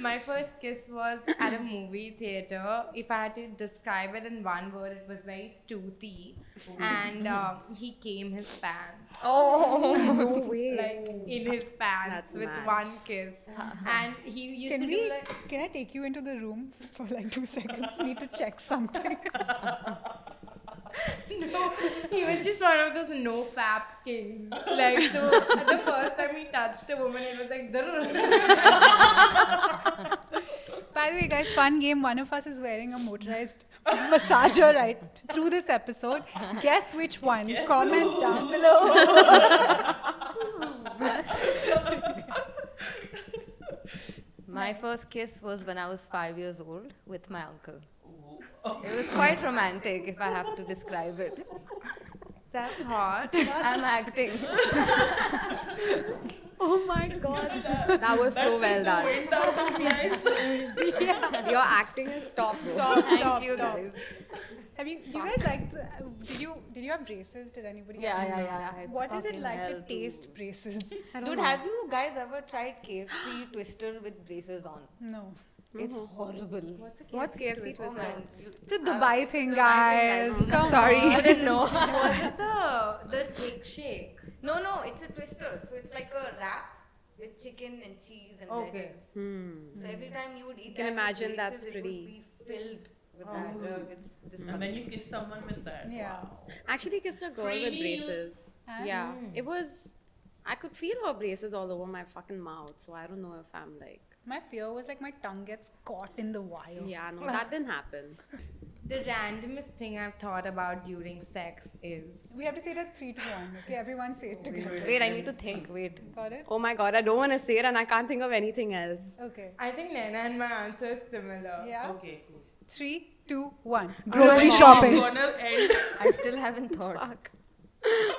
S2: my first kiss was at a movie theater. If I had to describe it in one word, it was very toothy. And um, he came his pants.
S3: Oh, no way.
S2: Like in his pants
S3: That's
S2: with
S3: mad. Uh-huh.
S2: one kiss. And he used
S1: Can
S2: to
S1: we?
S2: do like.
S1: Can I take you into the room for like two seconds? Need to check something.
S2: No, he was just one of those no fap kings. Like, so the first time he touched a woman, it was like, "Durr."
S1: By the way, guys, fun game. One of us is wearing a motorized massager right through this episode. Guess which one? Comment down below.
S5: My first kiss was when I was five years old with my uncle. It was quite romantic, if I have to describe it.
S2: That's hot.
S5: I'm acting.
S3: oh my god. That was so well done.
S4: Went out of place.
S3: Your acting is top. bro.
S1: Top,
S5: Thank
S1: top,
S5: you,
S1: top.
S5: guys.
S1: Have you, you guys liked? uh, Did you did you have braces? Did anybody?
S5: Yeah,
S1: have-
S5: yeah, yeah, I had
S1: What is it
S5: fucking
S1: like to
S5: hell,
S1: taste
S5: dude.
S1: braces?
S5: Dude, have you guys ever tried KFC Twister with braces on?
S1: No,
S5: It's horrible.
S3: What's KFC Twister?
S1: it's
S5: Uh,
S1: a Dubai thing,
S5: I
S1: guys.
S5: don't
S1: Come
S5: Sorry,
S1: on.
S5: I didn't know.
S6: Was it the the shake shake?
S5: no, no, it's a twister. So it's like a wrap with chicken and cheese and
S6: Okay.
S5: lettuce.
S3: Hmm.
S5: So every time you would eat that
S3: Can
S5: with
S3: imagine
S5: braces,
S3: that's
S5: it would
S3: pretty.
S5: be filled with that. Ugh, it's disgusting.
S4: And then you kiss someone with that.
S1: Yeah.
S3: Actually kissed a girl with
S4: Freely you-
S3: braces. Yeah.
S1: Hmm.
S3: It was I could feel her braces all over my fucking mouth, so I don't know if I'm like
S1: My fear was like my tongue gets caught in the wire.
S3: yeah, no, that didn't happen.
S2: The randomest thing I've thought about during sex is
S1: We have to say it at three to one. Okay, everyone say it together.
S5: Wait, I need to think. Wait.
S1: Got it?
S3: Oh my god, I don't want to say it and I can't think of anything else.
S1: Okay.
S2: I think Nana and my answer is similar.
S1: Yeah.
S4: Okay. Cool.
S1: Three, two, one. Grocery
S5: God.
S4: It's
S1: shopping.
S4: gonna end.
S5: I still haven't thought.
S3: Fuck.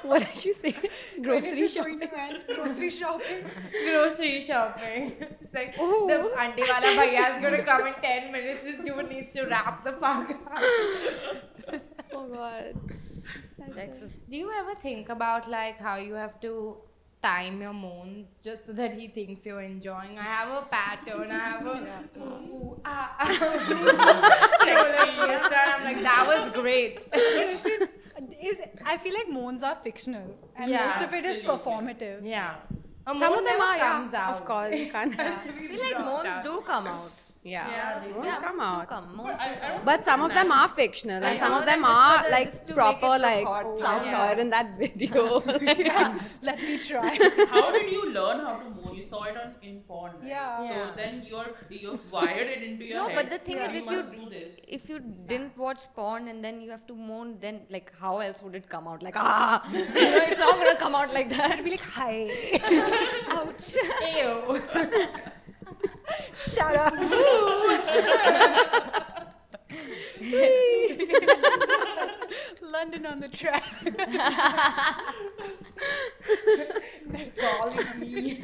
S3: what did you say? Grocery
S1: When is
S3: shopping.
S1: this going to end? Grocery shopping.
S2: Grocery shopping. It's like
S3: Oh.
S2: the ande wala bhaiya is gonna come in ten minutes. This dude needs to wrap the fuck up.
S3: Oh god.
S2: Do you ever think about like how you have to time your moans just so that he thinks you're enjoying? I have a pattern. I have a ooh, ooh, ah, ah. So like, yes, that, I'm like that was great.
S1: Listen, is I feel like moans are fictional and
S2: Yeah,
S1: most of it is
S4: absolutely.
S1: performative.
S2: Yeah. A
S3: Some
S2: moan
S3: of them
S2: never
S3: are, yeah,
S2: comes out.
S3: of course. You can't.
S5: I feel like moms do come out.
S3: Yeah.
S4: Yeah, they
S3: Moms
S5: yeah,
S3: come
S5: moms
S3: out.
S5: do come. Moms
S4: But I, I don't
S3: But some of them are fictional, and some of them are
S5: the-
S3: like
S5: just to make it
S3: proper,
S5: look
S3: like
S5: hot
S3: oh, I
S5: somehow.
S3: saw it in that video.
S1: Yeah, let me try.
S4: how did you learn how to moan? You saw it on in porn. Right?
S1: Yeah.
S4: So
S1: Yeah.
S4: then you're you've wired it into your
S5: No,
S4: head.
S5: but the thing is,
S4: you
S5: if
S4: must
S5: you-
S4: do this.
S5: if you didn't watch porn and then you have to moan, then like how else would it come out? Like ah, you know, it's not gonna come out like that.
S1: I'd be like, hi,
S5: Ouch.
S2: Ew.
S1: shut up. Sweet. London on the track.
S2: calling me.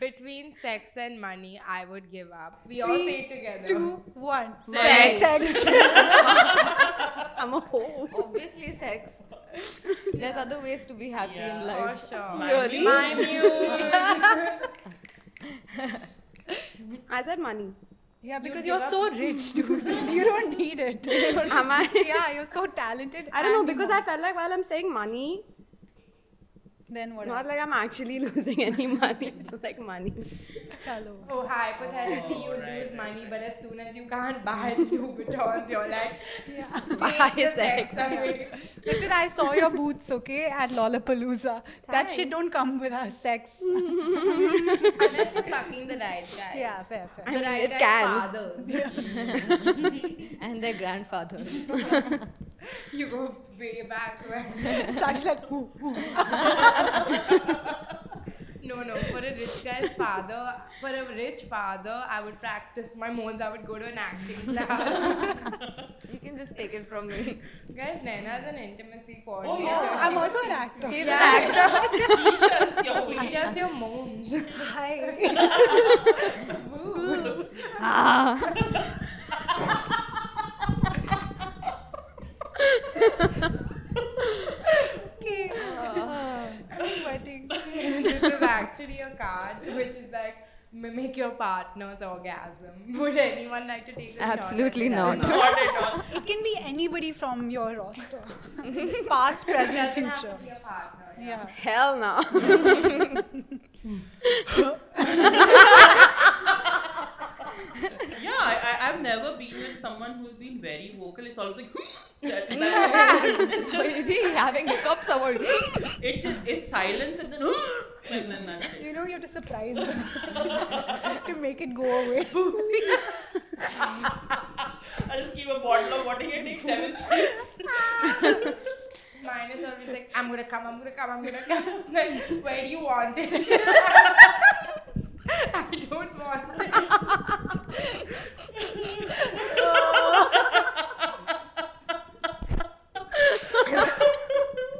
S2: Between sex and money, I would give up. We all say it together.
S1: Two, one.
S2: Sex.
S1: Sex.
S3: I'm a hoe.
S5: Obviously, sex. There's other ways to be happy in
S4: Yeah.
S2: For
S5: life.
S2: sure.
S4: Mind
S3: Really?
S4: you,
S2: My muse.
S3: I said money.
S1: Yeah, because you're so rich, dude. You don't need it.
S3: Am I?
S1: Yeah, you're so talented.
S3: I don't know
S1: and
S3: because I
S1: emo-
S3: felt like while I'm saying money,
S1: Then what?
S3: not
S1: else?
S3: like I'm actually losing any money. So like money.
S1: Chalo.
S2: Oh, hypothetically, you
S4: Oh, right,
S2: lose money, but as soon as you can't buy two batons, you're like,
S3: Buy
S2: take the sex
S3: sex.
S2: away.
S1: Listen, I saw your boots, okay, at Lollapalooza. That shit
S3: Thanks.
S1: don't come with us. Sex.
S2: Unless you're fucking the right guy.
S1: Yeah, fair, fair.
S2: The right
S3: it
S2: guy's
S3: can.
S2: fathers.
S5: And their grandfathers.
S2: You go way back when.
S1: Such like, ooh, ooh.
S2: No, no. For a rich guy's father, for a rich father, I would practice my moans. I would go to an acting class.
S5: you can just take it from me.
S2: Guys, Naina's an intimacy coordinator.
S1: Oh, I'm also an actor.
S2: She's an actor.
S4: teach us your way.
S2: Teach us your moans.
S1: Hi. okay. I'm sweating.
S2: this is actually a card which is like mimic your partner's orgasm. Would anyone like to take a shot at
S5: Absolutely
S2: it?
S5: not.
S4: Not at all.
S1: It can be anybody from your roster, past, present,
S2: It doesn't have
S1: future.
S2: to be a partner. Yeah.
S1: Yeah.
S3: Hell no.
S4: Yeah, I, I, I've never been with someone who's been very vocal. It's always like "Hmm." that, that- it just
S5: Is he having hiccups or what?
S4: it just is silence and then "Hmm." and then that's it.
S1: You know, you have to surprise them to make it go away.
S4: I just keep a bottle of water here, take seven sips.
S2: Mine is always like, I'm gonna come, I'm gonna come, I'm gonna come. Like, where do you want it? I don't want it.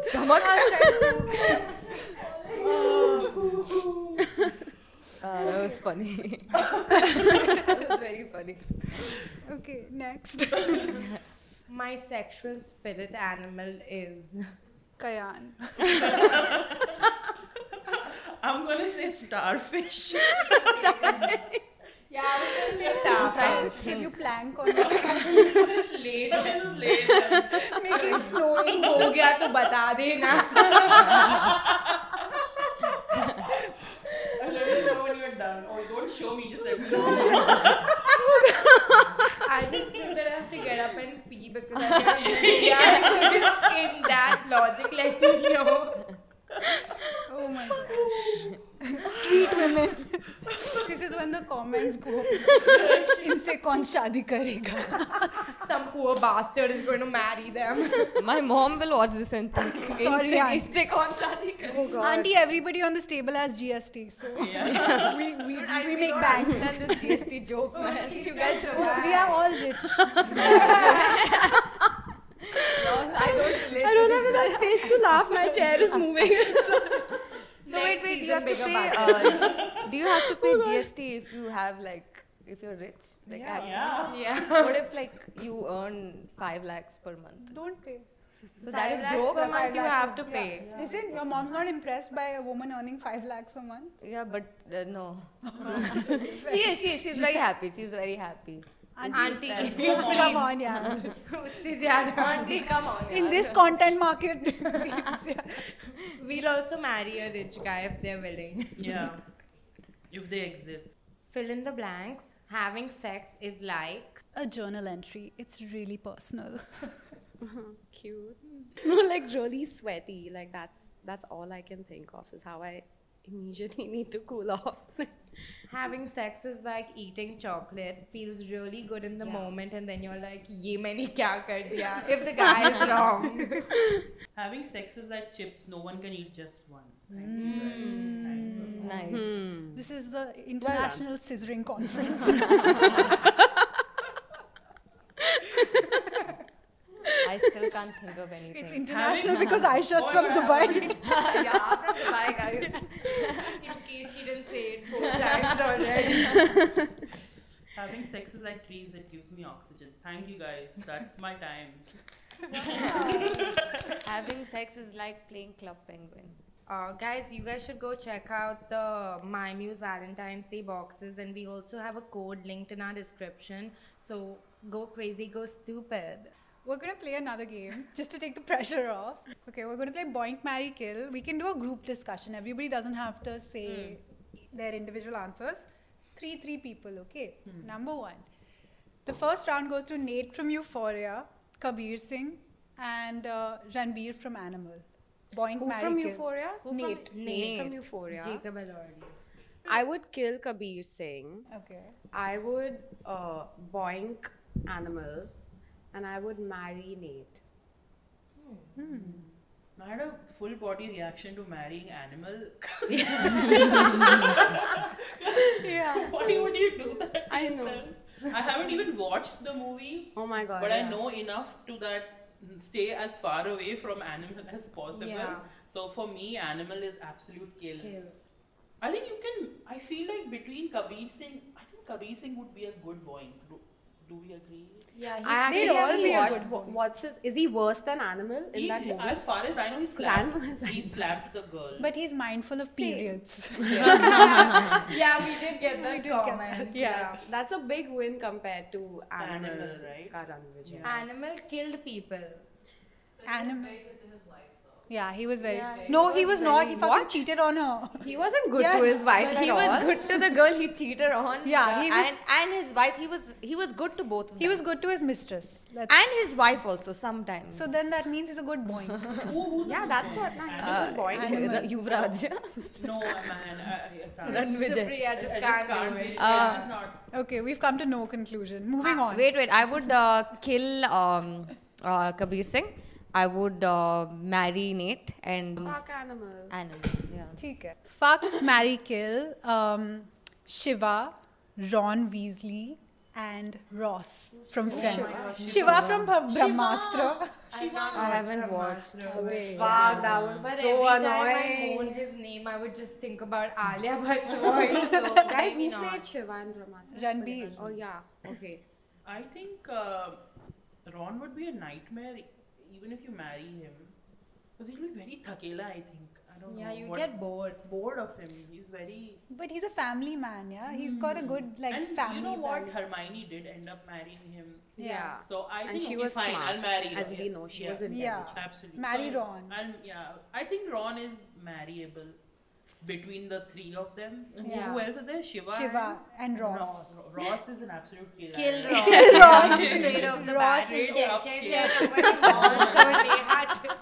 S5: Stomach?
S1: I'll check.
S5: Uh, that was is funny. this is very funny.
S1: Okay, next.
S2: My sexual spirit animal is.
S1: Kayan.
S4: I'm gonna say starfish.
S2: Yeah, I was gonna say
S1: Did you plank on it? Making snowing.
S2: हो गया तो बता देना
S4: Let me know when you're done. Or don't show me, just let me know.
S2: I just think that I have to get up and pee because I'm gonna yeah. So just in that logic, let me know.
S1: Oh my god. Street women. this is when the comments go. इनसे कौन शादी करेगा?
S2: Some poor bastard is going to marry them.
S5: My mom will watch this and think,
S1: Sorry,
S5: "इनसे-
S1: aunt.
S5: इससे कौन शादी करे?"
S3: Oh
S1: Auntie, everybody on this table has GST, so we we,
S2: I
S1: we
S2: will
S1: make
S2: not
S1: bank.
S5: Understand this GST joke,
S2: Oh,
S5: man. You guys are
S1: We are all rich.
S5: lost. I don't relate.
S7: I don't have enough space to laugh. My chair is moving.
S5: So wait, wait. You
S2: season
S5: have to
S2: bigger
S5: pay. Uh, do you have to pay GST if you have like if you're rich? Like, yeah. yeah. What if like you earn five lakhs per month?
S1: Don't pay.
S5: So that is
S1: lakhs
S5: broke
S1: per
S5: amount.
S1: five
S5: You
S1: lakhs
S5: have to
S1: is-
S5: pay.
S1: Listen, your mom's not impressed by a woman earning five lakhs a month.
S5: Yeah, but uh, no. she is. She is. She's very happy. She's very happy.
S2: Auntie, if you
S1: Come on, yeah.
S2: please, yeah, auntie, come on.
S1: In
S2: yeah.
S1: this content market, it's- yeah.
S2: we'll also marry a rich guy if they're willing.
S4: Yeah. If they exist.
S2: Fill in the blanks. Having sex is like.
S1: a journal entry. It's really personal.
S7: Cute.
S3: Uh-huh. like really sweaty. Like that's that's all I can think of is how I immediately need to cool off.
S2: Having sex is like eating chocolate. Feels really good in the moment, and then you're like, "Ye maine kya kar diya?" If the guy is wrong,
S4: Having sex is like chips. No one can eat just one.
S5: Nice.
S1: Hmm. This is the International Scissoring Conference.
S5: I still can't think of
S1: It's
S5: anything.
S1: international because Aisha's from Dubai.
S5: yeah, from Dubai, guys.
S2: in case she didn't say it four times already.
S4: Having sex is like trees. It gives me oxygen. Thank you guys. That's my time.
S5: Having sex is like playing Club Penguin.
S2: Uh, guys, you guys should go check out the My Muse Valentine's Day boxes, and we also have a code linked in our description. So go crazy, go stupid.
S1: We're gonna play another game just to take the pressure off. Okay, we're gonna play Boink, Marry, Kill. We can do a group discussion. Everybody doesn't have to say their individual answers. Three, three people, okay? Number one. The first round goes to Nate from Euphoria, Kabir Singh, and uh, Ranbir from Animal. Boink,
S3: Who
S1: Marry,
S3: from
S1: Kill.
S3: Euphoria?
S2: Who from-
S3: Nate.
S2: Nate.
S3: from Euphoria.
S2: Jacob Elordi.
S3: I would kill Kabir Singh.
S1: Okay.
S3: I would uh, boink animal, and I would marry Nate.
S4: I had a full body reaction to marrying animal.
S1: Yeah.
S4: Why would you do that? to
S3: I know.
S4: yourself? I haven't even watched the movie,
S3: Oh my god!
S4: but
S3: yeah.
S4: I know enough to that stay as far away from animal as possible.
S2: Yeah.
S4: So for me, animal is absolute kill.
S2: Kill.
S4: I think you can. I feel like between Kabir Singh, I think Kabir Singh would be a good boy. Do, do we agree?
S2: Yeah, he's
S3: I
S1: they'll
S3: actually
S1: all be
S3: haven't
S1: a
S3: watched.
S1: good
S3: wha- What's his? Is he worse than animal in
S4: He-
S3: that movie?
S4: as far as I know, he
S3: animal is
S4: slapped.
S3: like
S4: He slapped the girl.
S1: But he's mindful of
S3: Same.
S1: periods.
S2: yeah, we did get that
S1: did get
S2: comment.
S3: yeah, that's a big win compared to animal,
S4: Animal, right?
S3: Karan Vijay.
S2: yeah. Animal killed people.
S1: Animal. Yeah, he was very. no, he was not. He fucking
S3: What?
S1: cheated on her.
S3: He wasn't good
S1: Yes,
S3: to his wife
S5: But he
S3: at
S5: was
S3: all.
S5: good to the girl he cheated on.
S1: Yeah, he was-
S5: and, and his wife. He was he was good to both of them.
S1: He was good to his mistress. Let's-
S5: and his wife also sometimes.
S1: so then that means he's a good boy.
S3: Yeah, Ah, that's what. No, he's a good boy.
S5: Uh, Yuvraj.
S4: no man, I, I can't.
S5: Ranvijay.
S2: Supriya
S4: I
S2: just
S4: just
S2: can't
S4: can't
S2: do
S4: be-
S2: it.
S4: it's
S3: Uh,
S4: just not-
S1: okay, we've come to no conclusion. Moving on.
S5: Ah, Wait, wait. I would uh, kill um, uh, Kabir Singh. I would uh, marry Nate and
S1: Ah,
S3: Fuck animal.
S5: Anand. Yeah.
S1: ठीक है. Fuck, marry, kill. Um, Shiva, Ron Weasley, and Ross from Friends. Shiva, from Bra- Brahmastra.
S5: I haven't watched.
S3: Fuck, that was
S2: But
S3: so
S2: every time I
S3: annoying.
S2: moan his name, I would just think about Alia Bhatt's voice. So.
S3: Guys, guys
S2: Maybe
S3: who
S2: not.
S3: played Shivan Brahmastra?
S8: Ranbir.
S3: Oh yeah. Okay.
S4: I think uh, Ron would be a nightmare e- even if you marry him. Because he'll be very thakela, I think. I don't
S2: Yeah,
S4: know.
S2: you
S4: what-
S2: get bored.
S4: bored of him. He's very.
S1: But he's a family man, yeah. He's got a good like
S4: and
S1: family.
S4: you know what?
S1: value.
S4: Hermione did end up marrying him.
S3: Yeah.
S4: So I
S3: Ah, And
S4: think
S3: she
S4: okay,
S3: was
S4: fine.
S3: smart,
S4: I'll marry.
S3: as
S4: Ron.
S3: we
S4: Yeah.
S3: know, she
S4: yeah.
S3: was intelligent.
S1: Yeah.
S4: Absolutely.
S1: Marry
S4: So,
S1: Ron.
S4: And yeah, I think Ron is marryable between the three of them. Who-
S2: Yeah.
S4: Who else is there? Shiva.
S1: Shiva and Ross.
S4: Ro- Ross is an absolute killer.
S2: Kill
S4: Ross.
S2: Ross.
S1: Ross.
S2: Straight off the
S1: Ross
S2: bat.
S4: is
S2: Check,
S4: up
S2: check,
S4: here.
S2: check. Nobody wants or they had to.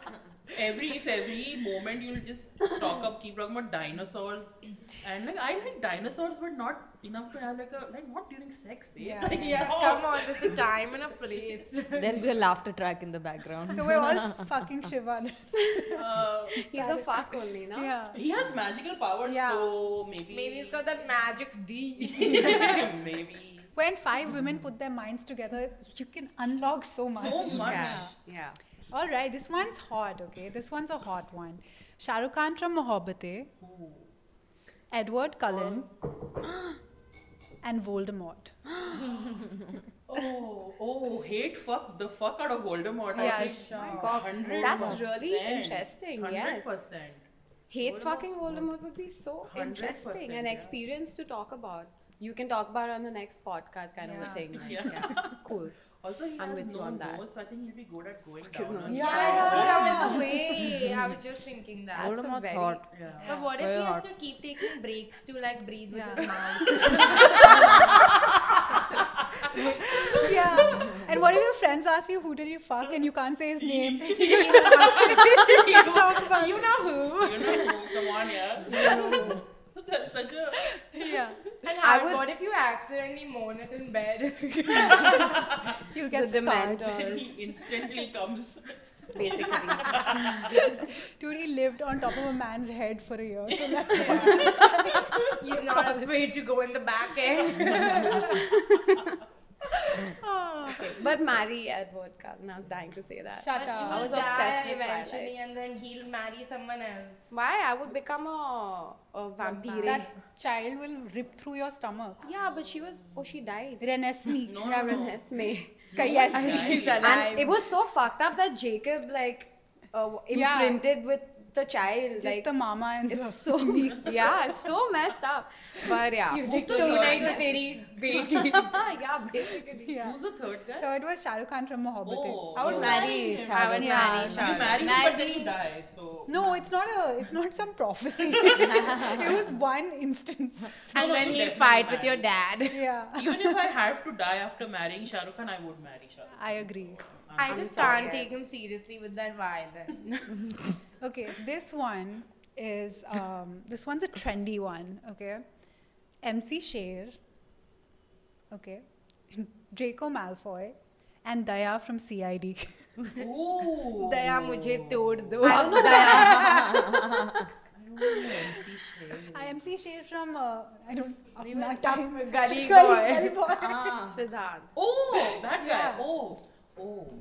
S4: every if every moment you'll just talk up keep talking about dinosaurs and like I like dinosaurs but not enough to have like a like not during sex babe
S1: Yeah.
S4: like
S2: Yeah,
S4: stop.
S2: come on. There's a time and a place.
S5: There'll be a laughter track in the background.
S1: So we're all fucking Shiva.
S4: Uh,
S3: He's a fuck only, no?
S1: yeah.
S4: he has magical powers
S1: Yeah.
S4: so maybe
S2: Maybe it's got that magic D.
S4: maybe
S1: When five women put their minds together, you can unlock so much.
S4: so much
S3: Yeah. Yeah.
S1: All right, this one's hot, okay? This one's a hot one. Shah Rukh Khan from Mohabbatein, Edward Cullen, and Voldemort.
S4: oh oh hate fuck the fuck out of Voldemort I
S1: Yes.
S4: think, uh, 100%.
S3: That's really interesting, yes.
S4: 100%
S3: Hate
S4: Voldemort's
S3: fucking Voldemort would be so
S4: 100%,
S3: interesting and
S4: yeah.
S3: experience to talk about. You can talk about it on the next podcast, kind of
S1: Yeah.
S3: a thing. like,
S4: Yeah.
S3: Cool.
S4: also he
S3: I'm
S4: has
S3: with you
S4: no
S3: on that.
S4: nose so I think he'll be good at going
S3: his
S4: down on
S3: nose.
S2: Yeah, I know. That was the way. I was just thinking that.
S3: That's a
S5: Voldemort
S3: very
S5: thought.
S4: yeah.
S2: But what if
S5: Very
S2: he has
S5: hard.
S2: to keep taking breaks to like breathe with
S1: Yeah.
S2: his mouth?
S1: Yeah. and what if your friends ask you who did you fuck and you can't say his name?
S4: you
S2: you know who?
S4: know, come on, yeah. That's such a.
S1: Yeah.
S2: And how,
S3: would-
S2: what if you accidentally moan it in bed?
S1: You'll get
S3: the
S1: scarred.
S3: Dementors,
S4: He instantly comes.
S3: basically.
S1: Dude, he lived on top of a man's head for a year. So that's
S2: He's not afraid to go in the back end.
S3: But marry Edward Cullen. I was dying to say that.
S1: Shut
S2: But
S1: up.
S2: you
S3: uh, I was
S2: will
S3: obsessed
S2: die
S3: with Twilight.
S2: eventually, and then he'll marry someone else.
S3: Why? I would become a, a vampire.
S1: That child will rip through your stomach.
S3: yeah, but she was. Oh, she died.
S1: Renesmee.
S4: No, no,
S3: Reverend
S4: no.
S3: Esme.
S1: Yes.
S3: And it was so fucked up that Jacob, like, uh,
S1: Yeah.
S3: imprinted with the child.
S1: Just
S3: like,
S1: the mama and the
S3: it's so. yeah, it's so messed up. But yeah.
S2: Music to like the theory, baby.
S3: yeah, basically.
S1: yeah.
S4: Who's the third guy?
S1: Third was Shah Rukh Khan from Mohabbatein.
S4: Oh.
S5: I would marry
S4: him.
S2: I
S5: Shah
S2: would
S5: Rukh.
S2: marry
S4: You
S2: Shah.
S4: marry him, but then you die. So.
S1: No, it's not a. It's not some prophecy. it was one instance.
S2: And
S4: No,
S2: then
S4: you
S2: he'll
S4: definitely
S2: fight with
S4: marry.
S2: your dad.
S1: Yeah,
S4: Even if I have to die after marrying Shah Rukh Khan, I would marry Shah Rukh
S1: I agree.
S2: I just can't take him seriously with that violin.
S1: Okay, this one is. Um, this one's a trendy one. Okay, MC Sher. Okay, Draco Malfoy, and Daya from CID.
S4: Khan. Ooh.
S2: दया मुझे तोड़ दो
S4: MC Sher.
S1: I MC Sher from. Uh, I don't. Apna
S2: We were
S1: Time.
S2: talking Gully
S1: Gully-
S2: Boy.
S1: Gully Boy.
S3: Siddharth.
S4: Oh, that guy.
S1: Yeah.
S4: Oh. Oh.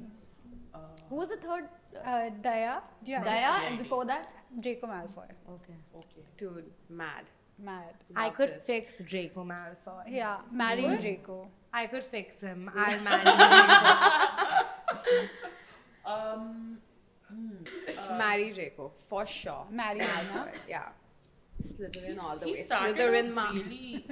S4: Uh,
S8: Who was the third?
S1: Uh, Daya. Yeah.
S8: Daya, and before that,
S1: Draco Malfoy.
S5: Okay.
S4: okay.
S3: Dude, mad.
S1: Mad.
S2: I
S3: Love
S2: could
S3: this.
S2: fix Draco Malfoy.
S1: Yeah, marrying Draco.
S2: I could fix him. I'll manage him.
S4: Um. hmm.
S3: marry Draco, for sure.
S1: Marry Anna.
S3: Yeah. Slytherin all the
S4: he
S3: way.
S4: started
S3: Slytherin
S4: off
S3: ma.
S4: really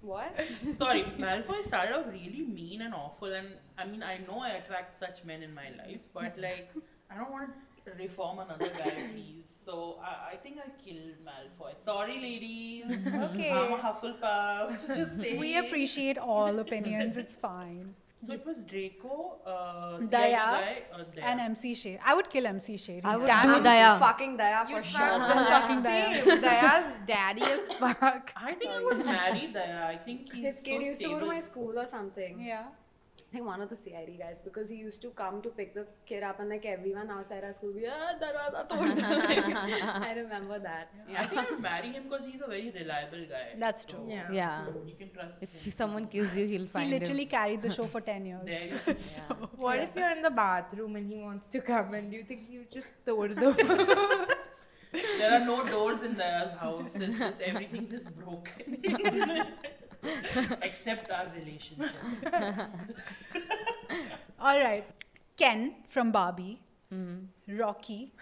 S3: What?
S4: Sorry, Malfoy started out really mean and awful, and I mean, I know I attract such men in my life, but like, I don't want to reform another guy, please. So I, I think I killed Malfoy. Sorry, ladies.
S1: Okay.
S4: I'm a Hufflepuff. Just saying.
S1: We appreciate all opinions. It's fine.
S4: So it was Draco, uh,
S1: Daya,
S4: CID guy, uh, Daya.
S1: And MC Shade. I would kill MC Shade.
S5: I would
S1: Damn
S5: do
S1: it.
S5: Daya.
S3: Fucking Daya for
S2: You
S3: sure.
S2: fuck-
S1: fucking Daya.
S2: Same. Daya's daddy as fuck.
S4: I think I would marry Daya. I think he's
S3: His kid
S4: so
S3: used to
S4: stable.
S3: go to my school or something.
S1: Yeah.
S3: I think one of the CID guys because he used to come to pick the kid up and like everyone outside our school, yeah, darwaza tod do." I remember that.
S4: I think I would marry him because he's a very reliable guy.
S1: That's
S4: So
S1: true.
S2: Yeah.
S5: Yeah.
S4: You can trust him.
S5: If someone kills you, he'll
S1: He
S5: find
S1: literally carried the show for 10
S4: There
S1: years.
S4: you go.
S2: What if you're in the bathroom and he wants to come and you think you just tore the
S4: There are no doors in the house. It's just everything's just broken. Except our relationship.
S1: All right. Ken from Barbie,
S8: Hmm.
S1: Rocky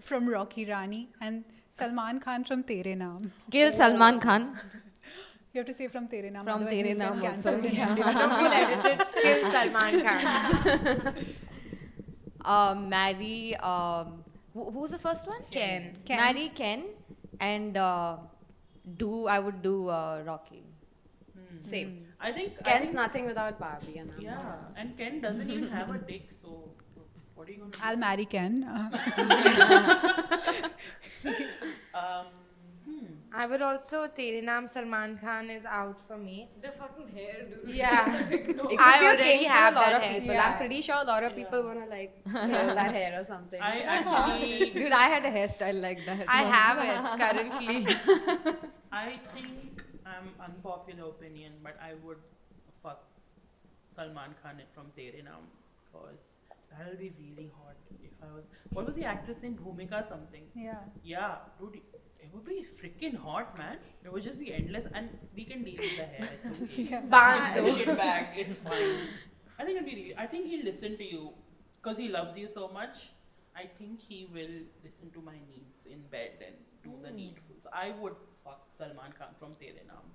S1: from Rocky Rani, and Salman Khan from Tere Naam.
S8: Kill Salman Khan.
S1: You have to say from Tere Naam.
S8: From
S1: otherwise
S8: Tere
S1: you'll get
S8: Naam also,
S1: cancelled in
S8: yeah.
S1: India.
S2: Uh-huh. Kill Salman Khan.
S8: Uh, marry. Um, who, who's the first one?
S2: Ken.
S1: Ken.
S8: Marry Ken and uh, do. I would do uh, Rocky.
S2: Same.
S4: I think. I
S3: Ken's
S4: think
S3: nothing without Barbie and um, I'm
S4: yeah,
S3: not.
S4: and Ken doesn't even have a dick, so what are you gonna?
S1: I'll marry Ken. Uh,
S4: Do? Um, hmm.
S2: I would also Tere Naam Salman Khan is out for me.
S5: The fucking hair, dude.
S2: Yeah.
S3: It could
S2: I
S3: be a
S2: already
S3: thing for
S2: have
S3: a lot
S2: that
S3: of
S2: hair.
S3: people. I'm pretty sure a lot of people wanna like curl that hair or something.
S4: I actually,
S8: Dude, I had a hairstyle like that.
S2: I have it currently.
S4: I think I'm unpopular opinion, but I would fuck Salman Khan from Tere Naam because that'll be really hot if I was. What was the actress in Bhumika something?
S1: yeah.
S4: Yeah, dude, it would be freaking hot, man. It would just be endless, and we can deal with the hair. It's okay.
S2: Banned
S4: Push it back. It's fine. I think it'd be. Really, I think he'll listen to you because he loves you so much. I think he will listen to my needs in bed and do the needful. So I would fuck Salman Khan from Tere Naam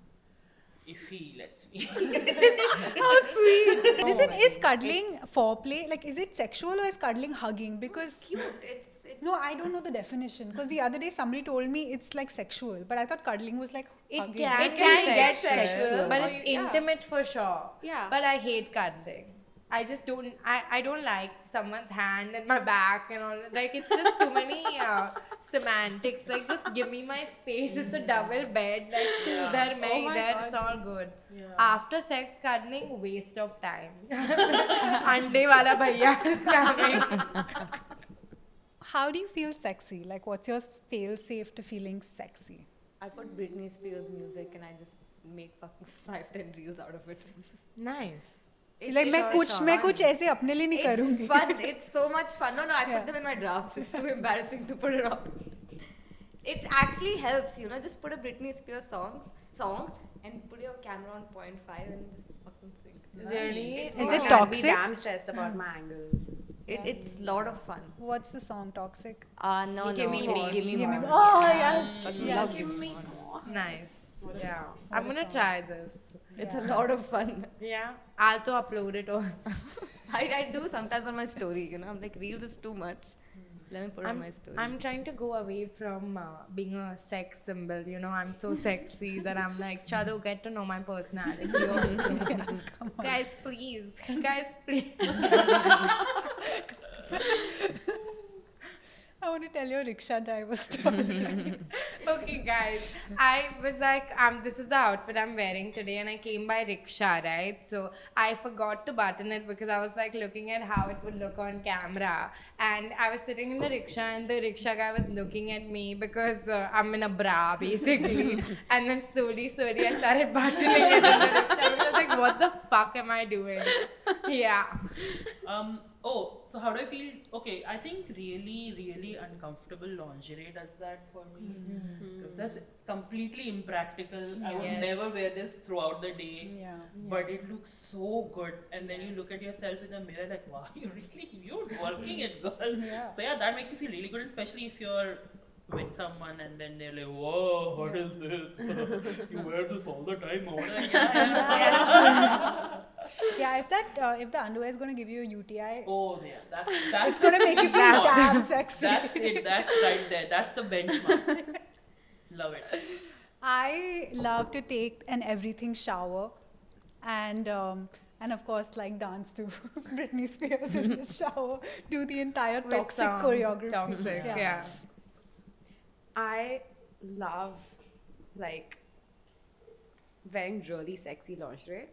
S4: if he lets me.
S1: How sweet.
S8: Oh
S1: Listen, is cuddling foreplay? Like, is it sexual or is cuddling hugging? Because
S8: It's, it's,
S1: no, I don't know the definition. Because the other day somebody told me it's like sexual, but I thought cuddling was like
S2: It
S1: hugging.
S2: can,
S3: It
S2: can
S3: can
S2: get
S3: get
S2: sexual, Oh,
S3: sexual.
S2: but
S3: Or
S2: it's
S3: you- yeah.
S2: intimate for sure.
S3: Yeah.
S2: But I hate cuddling. I just don't. I, I don't like someone's hand in my back and all. that. Like it's just too many uh, semantics. Like just give me my space. It's a double bed. Like there,
S3: Oh my God.
S2: it's all good.
S4: Yeah.
S2: After sex cuddling, waste of time. Ande wala bhaiya is coming.
S1: How do you feel sexy? Like, what's your fail safe to feeling sexy?
S8: I put Britney Spears music and I just make fucking five ten reels out of it.
S2: Nice.
S1: It's like, मैं
S8: sure
S1: कुछ
S8: fun.
S1: मैं कुछ ऐसे अपने लिए नहीं
S8: It's
S1: करूँगी.
S8: fun. It's so much fun. No, no, I
S1: Yeah.
S8: put them in my drafts. It's too embarrassing to put it up. It actually helps, you know. Just put a Britney Spears song, song, and put your camera on point five and just fucking sing.
S2: Really?
S1: Is
S3: I'll
S1: it
S3: be
S1: toxic?
S3: damn stressed about my angles.
S8: It, it's lot of fun.
S1: What's the song? Toxic.
S8: Uh, no,
S2: You give
S8: no,
S2: me
S8: Giri,
S2: more.
S8: give me
S1: Give me
S8: more.
S1: Oh yes.
S8: Fucking
S1: yes.
S8: love Give Me More.
S2: Nice. Yeah. I'm gonna try this.
S8: It's a lot of fun.
S2: Yeah. I'll to upload it also.
S8: I, I do sometimes on my story, you know. I'm like, reels is too much. Let me put it on
S2: I'm,
S8: my story.
S2: I'm trying to go away from uh, being a sex symbol. You know, I'm so sexy that I'm like, Chado, get to know my personality. also." Guys, please. Guys, please.
S1: I want to tell you a rickshaw driver story.
S2: okay, guys. I was like, um, this is the outfit I'm wearing today, and I came by rickshaw, right? So I forgot to button it because I was like looking at how it would look on camera, and I was sitting in the rickshaw, and the rickshaw guy was looking at me because uh, I'm in a bra basically, and then slowly, slowly, I started buttoning it in the rickshaw. And I was like, what the fuck am I doing? Yeah.
S4: Um. Oh, so how do I feel? Okay, I think really, really uncomfortable lingerie does that for me.
S1: Mm-hmm.
S4: 'Cause That's completely impractical. I would
S2: Yes.
S4: never wear this throughout the day.
S1: yeah.
S4: But it looks so good, and then you look at yourself in the mirror like, wow, you really you're working it, girl.
S1: Yeah.
S4: So yeah, that makes you feel really good, especially if you're with someone and then they're like, whoa, what is this? you wear this all the time. I was like, yeah, yeah.
S1: Yeah. If that uh, if the underwear is gonna give you a UTI,
S4: Oh yeah, that's that's
S1: it's gonna make you feel damn sexy.
S4: That's it. That's right there. That's the benchmark. Love it.
S1: I love to take an everything shower, and um, and of course like dance to Britney Spears in the shower, do the entire
S2: With
S1: toxic
S2: some
S1: choreography.
S2: Toxic,
S1: Yeah.
S2: yeah.
S3: I love like wearing really sexy lingerie,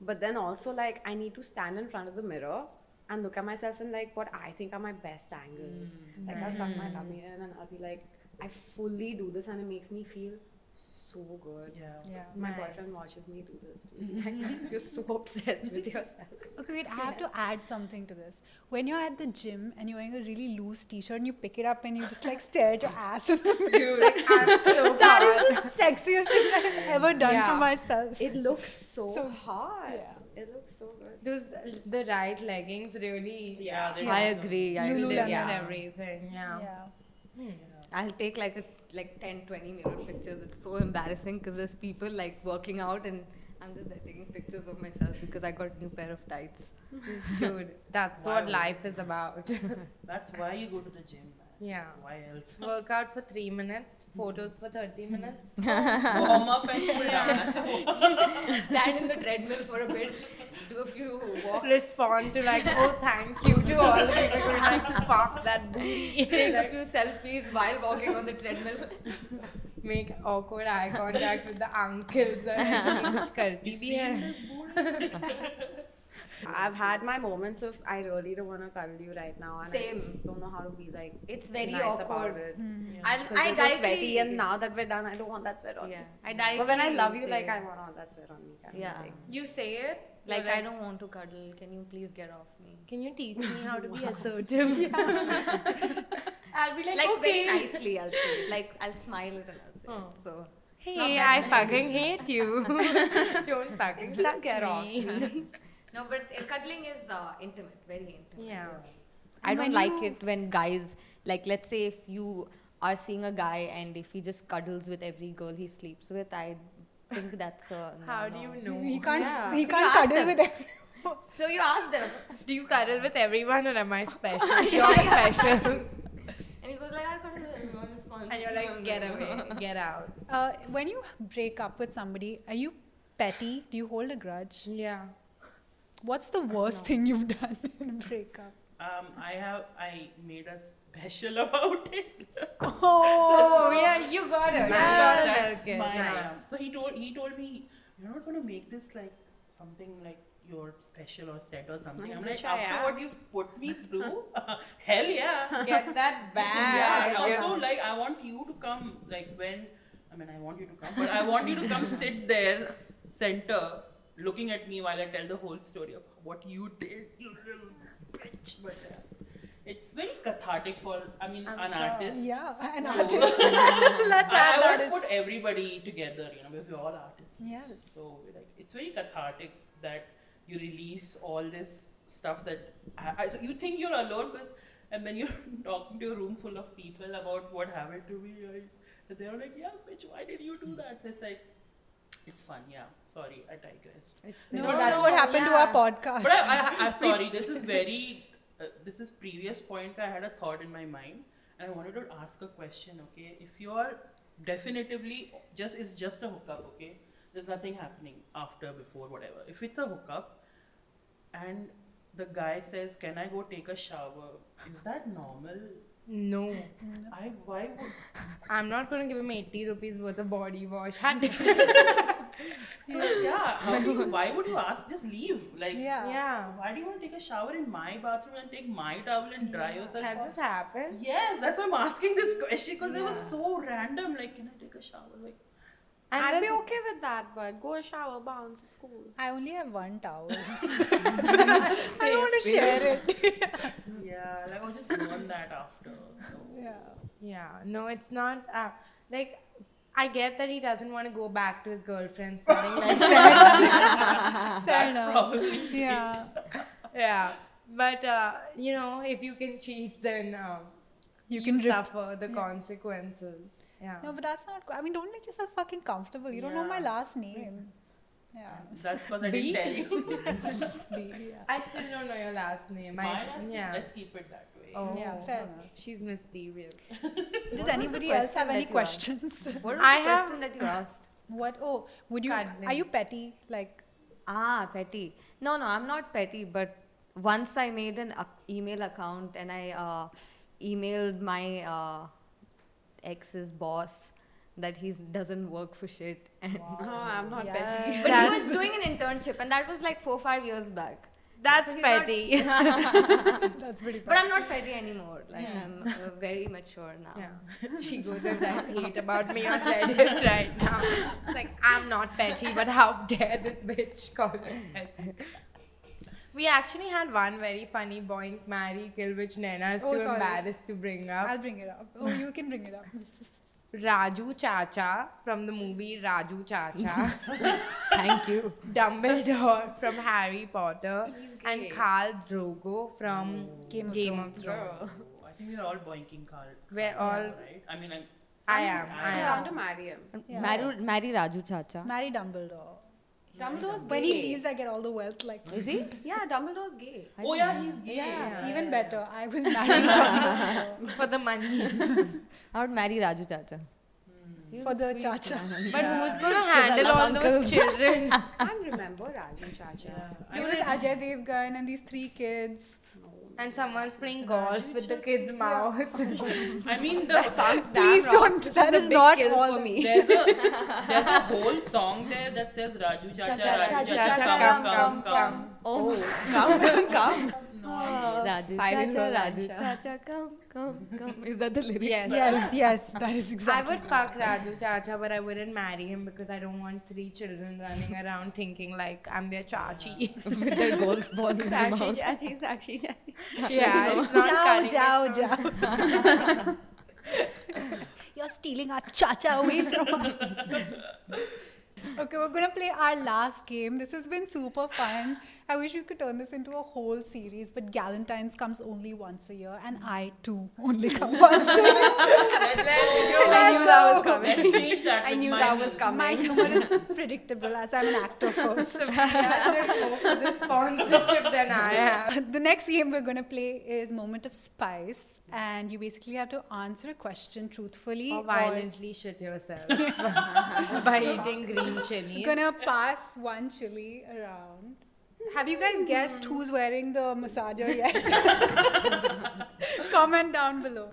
S3: but then also like I need to stand in front of the mirror and look at myself in like what I think are my best angles. Like I'll suck my tummy in and I'll be like, I fully do this and it makes me feel so good.
S4: Yeah.
S1: Yeah.
S3: My boyfriend watches me do this. Too. Like, you're so obsessed with yourself.
S1: Okay, wait, I have to add something to this. When you're at the gym and you're wearing a really loose t shirt and you pick it up and you just like stare at your ass in the mirror. that is the sexiest thing I've ever done for
S3: Yeah.
S1: myself.
S3: It looks so,
S1: So-
S3: hot. It looks so good.
S2: Those the right leggings really.
S4: Yeah. they
S9: I
S4: have them.
S9: agree. I
S1: Lululemon.
S9: agree.
S2: Limb
S9: Yeah.
S2: and everything. Yeah.
S1: yeah.
S5: I'll take like a like 10 20 mirror pictures. It's so embarrassing because there's people like working out and I'm just there taking pictures of myself because I got new pair of tights.
S2: Dude, that's
S4: Why
S2: what
S4: would-
S2: life is about.
S4: That's why you go to the gym, man.
S2: yeah.
S4: Why else?
S2: Workout for three minutes, photos for 30 minutes.
S4: Warm up and cool down.
S5: Stand in the treadmill for a bit, do a few walks.
S2: Respond to like, oh, thank you to all the people who like fuck that booty.
S5: Take a few selfies while walking on the treadmill.
S2: Make awkward eye contact with the uncles and कुछ करती भी है.
S3: I've had my moments of I really don't want to cuddle you right now, and
S5: Same.
S3: I don't know how to be like
S5: It's very
S3: nice
S5: awkward.
S3: about it.
S5: I'll,
S3: Because I'm so sweaty, and now that we're done, I don't want that sweat on.
S5: Yeah,
S3: me.
S5: I directly
S3: But when I love
S5: will
S3: you,
S5: say
S3: like
S5: it.
S3: I want all that sweat on me. Kind
S5: Yeah.
S3: Of thing.
S2: You say it
S5: like
S2: you're
S5: I don't want to cuddle. Can you please get off me?
S2: Can you teach me how to be assertive? I'll be like,
S5: Like
S2: okay.
S5: Hmm. very nicely, I'll say. it. Like I'll smile it and I'll say. It. So not
S2: Hey,
S5: that
S2: I
S5: nice.
S2: fucking hate you. don't fucking
S3: Please
S2: touch
S3: get
S2: me.
S3: off
S5: no, but uh, cuddling is uh, intimate, very intimate.
S2: Yeah.
S1: And
S5: I don't
S1: when
S5: like
S1: you-
S5: it when guys like let's say if you are seeing a guy and if he just cuddles with every girl he sleeps with, I think that's a no,
S2: How do you know?
S1: He can't,
S3: Yeah.
S1: he
S5: So
S1: can't
S5: you ask
S1: cuddle
S5: them.
S1: with everyone.
S5: So you ask them,
S2: Do you cuddle with everyone or am I special?
S5: Yeah,
S2: You're
S5: yeah.
S2: special.
S5: and he goes like, I cuddle with everyone. It's fun.
S2: And you're like, get away, get out.
S1: Uh, when you break up with somebody, are you petty? Do you hold a grudge?
S2: Yeah.
S1: What's the worst thing you've done in a breakup?
S4: Um, I have I made a special about it.
S2: Oh, yeah, you got it. You got to
S4: That's
S2: milk it.
S4: my- um,
S2: Nice.
S4: So he told he told me you're not gonna make this like something like your special or set or something. I'm like
S3: Which I
S4: after
S3: am.
S4: what you've put me through, hell yeah.
S2: Get that
S4: yeah,
S2: back.
S4: and also like I want you to come like when I mean I want you to come, but I want you to come sit there center looking at me while I tell the whole story of what you did, you little bitch. But uh, it's very cathartic for I mean an artist.
S1: Yeah, an
S4: No.
S1: artist. Let's
S4: I,
S1: add
S4: I
S1: that
S4: would
S1: in.
S4: put everybody together, you know, because we're all artists.
S1: Yes.
S4: So like, it's very cathartic that you release all this stuff that I, I, you think you're alone, because and then you're talking to a room full of people about what happened to me, guys, and they're like, "Yeah, bitch, why did you do that?" So it's like, it's fun. Yeah. Sorry, I digressed.
S1: No,
S4: No,
S1: that's
S4: no,
S1: what happened to our podcast.
S4: But I, I, I'm sorry, this is very, uh, this is previous point. I had a thought in my mind and I wanted to ask a question, okay? If you are definitively just, it's just a hookup, okay? There's nothing happening after, before, whatever. If it's a hookup and the guy says, Can I go take a shower? Is that normal?
S2: No,
S4: I, why would,
S2: I'm not going to give him 80 rupees worth of body wash. Had to-
S4: yeah, how do you, why would you ask? Just leave. Like,
S1: yeah.
S2: yeah.
S4: why do you want to take a shower in my bathroom and take my towel and dry yourself?
S2: Has this happened?
S4: Yes, that's why I'm asking this question because it was so random. Like, can I take a shower? Like,
S2: And
S3: I'd be
S2: there's-
S3: okay with that, but go shower, bounce. It's cool.
S1: I only have one towel. I don't want to share it.
S4: yeah, like I'll just learn that after. So.
S1: Yeah.
S2: Yeah, no, it's not. Uh, like, I get that he doesn't want to go back to his girlfriend's setting like that.
S1: Fair
S4: That's
S1: enough.
S4: probably it.
S1: Yeah.
S2: yeah, but uh, you know, if you can cheat, then um,
S1: You
S2: you,
S1: can
S2: can
S1: rip-
S2: suffer the consequences. Yeah.
S1: No, but that's not. I mean, don't make yourself fucking comfortable. You don't know my
S4: Yeah.
S1: last name. Yeah.
S4: That's because I didn't tell you.
S1: It's B. Yeah.
S2: I still don't know your last name. I,
S4: Mine,
S2: yeah.
S4: Let's keep it that way.
S2: Oh,
S1: Yeah, fair enough.
S2: She's mysterious.
S1: Does anybody else have
S5: question
S1: any
S5: that you asked?
S1: questions?
S5: What was
S2: I
S5: the
S2: have-
S5: question that you asked?
S1: what? Oh, would you?
S2: Cuddling.
S1: Are you petty? Like,
S5: Ah, petty. No, no, I'm not petty, but once I made an ac- email account and I uh, emailed my uh, ex's boss that he doesn't work for shit. And
S3: No, I'm not
S1: Yeah.
S3: petty.
S5: but he was doing an internship, and that was like four, five years back. So
S2: That's
S5: he's not-
S2: petty.
S1: That's pretty
S5: But I'm not petty anymore. Like I'm uh, very mature now.
S2: she goes and that hate about me on Reddit right now. It's like I'm not petty, but how dare this bitch call me petty? We actually had one very funny boink marry kill which Nena is
S1: Oh,
S2: too
S1: sorry.
S2: embarrassed to bring up.
S1: I'll bring it up. Oh, you can bring it up.
S2: Raju Chacha from the movie Raju Chacha,
S10: Thank you.
S2: Dumbledore from Harry Potter, and Khal Drogo from Game
S1: Oh. Game
S2: of
S1: of
S2: Thrones.
S4: I think we're all boinking Carl,
S2: We're all.
S4: right? I mean, I'm,
S2: I am.
S4: I
S2: I
S3: I
S2: am.
S3: want to marry him.
S1: Yeah.
S5: Marry, marry Raju Chacha.
S1: Marry Dumbledore.
S3: Dumbledore's
S1: When he
S3: gay.
S1: leaves, I get all the wealth. Like
S5: Is he?
S3: Yeah, Dumbledore's gay.
S4: oh yeah, he's gay.
S1: even better, I will marry Dumbledore
S2: For the money.
S5: I would marry Raju Chacha.
S1: for the chacha.
S2: But who's going to handle all those children?
S3: can't remember Raju Chacha.
S1: He was with Ajay Devgan and these three kids.
S2: and someone's playing golf with the kid's mouth.
S4: I mean, the, that sounds
S1: Please don't. That is not all the-
S4: There's a, there's a whole song there that says Raju Chacha, Raju Chacha, come, come, come,
S5: Oh, come, come, come. Raju
S2: Five-year-old
S5: Chacha, Raju
S2: Ansha.
S5: Chacha, come, come, come. Is that the lyric?
S2: Yes.
S1: Yes, yes, that is
S2: I
S1: exactly.
S2: would fuck Raju Chacha, but I wouldn't marry him because I don't want three children running around thinking like I'm their chachi.
S5: With the golf ball in the
S2: Sakshi
S5: mouth.
S2: chachi, Sakshi chachi. Yeah, it's not
S1: Jao,
S2: cutting
S1: jao,
S2: it from-
S1: jao. You're stealing our chacha away from us. okay, we're gonna play our last game. This has been super fun. I wish we could turn this into a whole series, but Galentine's comes only once a year, and I too only come once a year.
S3: I knew that was coming.
S4: Let's change that.
S3: I
S4: with
S3: knew
S4: my
S3: that was
S4: rules.
S3: coming.
S1: My humor is predictable as I'm an actor first.
S2: the sponsorship than I have.
S1: the next game we're going to play is Moment of Spice, and you basically have to answer a question truthfully.
S2: Or Oh, violently shit yourself by eating green chili.
S1: We're gonna pass one chili around. Have you guys guessed who's wearing the massager yet? Comment down below.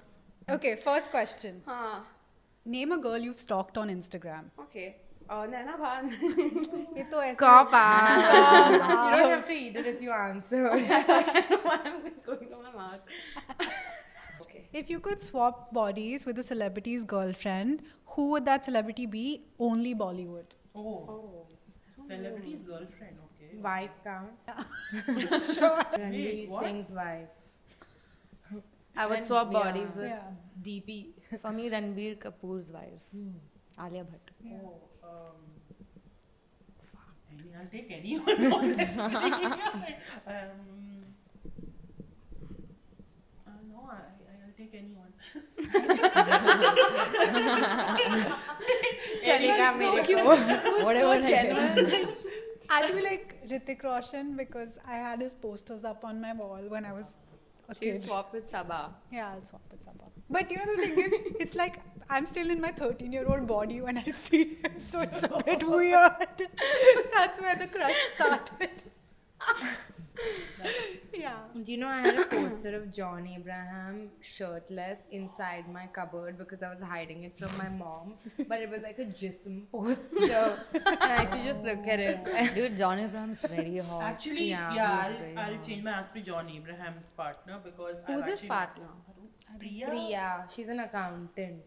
S1: Okay, first question.
S3: Huh.
S1: Name a girl you've stalked on Instagram.
S3: Okay. Oh, Nana Bhan.
S1: ये तो ऐसे-
S2: Cop out. you don't have to eat it if you answer.
S3: Why am I going to my mouth? okay.
S1: If you could swap bodies with a celebrity's girlfriend, who would that celebrity be? Only Bollywood.
S4: Oh. Celebrity's girlfriend, okay.
S2: Wife count. Ranveer
S4: Wait, what?
S2: Singh's wife.
S5: I
S2: would swap bodies with-
S1: Yeah.
S2: DP.
S5: For me, Ranbir Kapoor's wife,
S2: Hmm.
S5: Alia Bhatt.
S4: Oh, um, I mean, I'll take anyone, honestly. um, uh, no, I, I'll take anyone.
S2: Chalega mere
S3: cute.
S2: ko.
S5: Whatever. So
S1: I do like Ritik Roshan because I had his posters up on my wall when I was a
S3: She'd
S1: kid.
S3: swap with Sabah.
S1: Yeah, I'll swap with Sabah. But you know the thing is, it's like I'm still in my 13 year old body when I see him, so it's a bit weird. That's where the crush started. yeah.
S2: Do you know I had a poster of John Abraham shirtless inside my cupboard because I was hiding it from my mom, but it was like a jism poster, and I used to just look at it.
S5: Dude, John Abraham's very hot.
S4: Actually,
S2: Yeah,
S4: yeah,
S2: who's going
S4: I'll, I'll change my answer to John Abraham's partner because I've
S3: Who's his
S4: actually-
S3: partner?
S4: Priya.
S2: Priya, she's an accountant.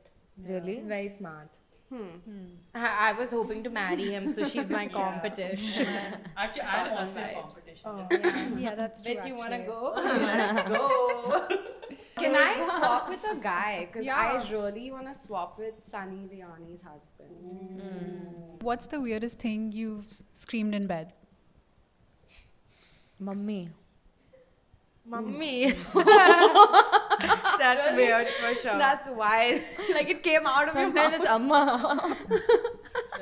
S5: Really?
S2: She's very smart.
S3: Hmm.
S2: I, I was hoping to marry him, so she's my
S4: Yeah.
S2: competition.
S4: Actually, I'm
S3: Southern
S4: also in
S3: vibes.
S4: competition.
S1: Yeah, that's true.
S2: Bet you wanna
S1: actually.
S2: go?
S4: Let's go.
S3: Can I swap with a guy? Because
S1: Yeah.
S3: I really want to swap with Sunny Leone's husband.
S1: What's the weirdest thing you've s- screamed in bed?
S5: Mummy.
S2: Mummy. That's weird for sure.
S3: That's wild. like it came out of your mouth.
S5: Sometimes it's Amma.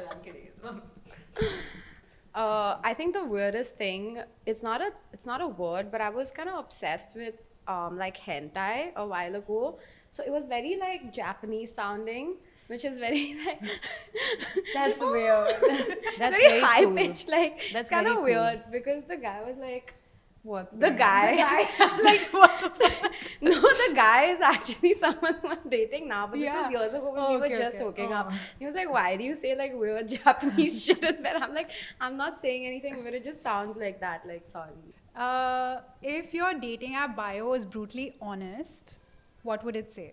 S3: Uh, I think the weirdest thing it's not a it's not a word, but I was kind of obsessed with um, like hentai a while ago. So it was very like Japanese sounding, which is very like
S2: That's weird.
S5: That's
S3: very,
S5: very
S3: high
S5: cool.
S3: pitched. Like
S5: That's
S3: kind
S5: very
S3: of
S5: cool.
S3: weird because the guy was like
S11: What?
S3: The guy.
S1: like what the fuck?
S3: no, the guy is actually someone who I'm dating now, but
S1: Yeah.
S3: this was years ago when
S1: Oh,
S3: we were
S1: okay,
S3: just
S1: okay.
S3: hooking up. He was like, Why do you say like weird Japanese shit in bed? I'm like, I'm not saying anything, but it just sounds like that. Like, sorry.
S1: Uh, if your dating app bio is brutally honest, what would it say?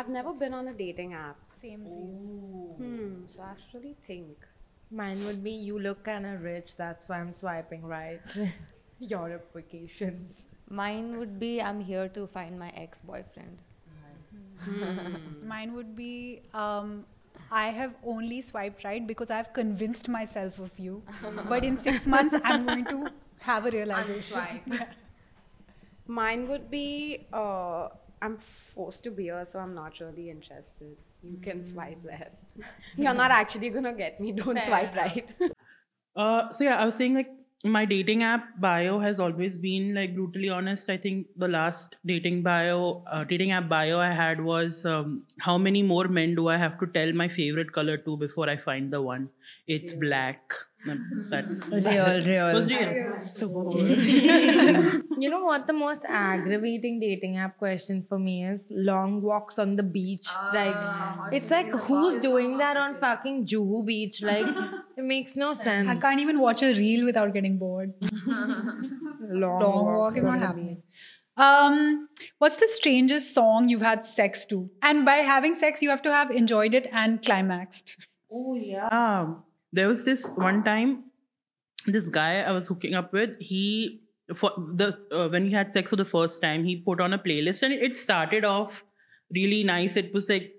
S3: I've never been on a dating app.
S1: Same
S3: Hmm, so I have to really think.
S11: Mine would be you look kind of rich, that's why I'm swiping right. Europe vacations.
S8: Mine would be I'm here to find my ex boyfriend.
S1: Mine would be um, I have only swiped right because I've convinced myself of you. but in six months, I'm going to have a realization.
S3: Mine would be uh, I'm forced to be here, so I'm not really interested. You can swipe left. Hmm. You're not actually gonna get me. Don't swipe right.
S4: Uh, so yeah, I was saying like my dating app bio has always been like brutally honest. I think the last dating bio, uh, dating app bio I had was um, how many more men do I have to tell my favorite color to before I find the one? It's black. That's
S2: Real,
S4: It
S2: real.
S4: was real.
S2: You know what the most aggravating dating app question for me is? Long walks on the beach.
S1: Ah,
S2: like it's like who's doing that on fucking Juhu Beach? Like it makes no sense.
S1: I can't even watch a reel without getting bored.
S2: long,
S1: Long walk is not happening. Um, what's the strangest song you've had sex to? And by having sex, you have to have enjoyed it and climaxed.
S4: Yeah. There was this one time, this guy I was hooking up with, he for the uh, when we had sex for the first time, he put on a playlist and it started off really nice. It was like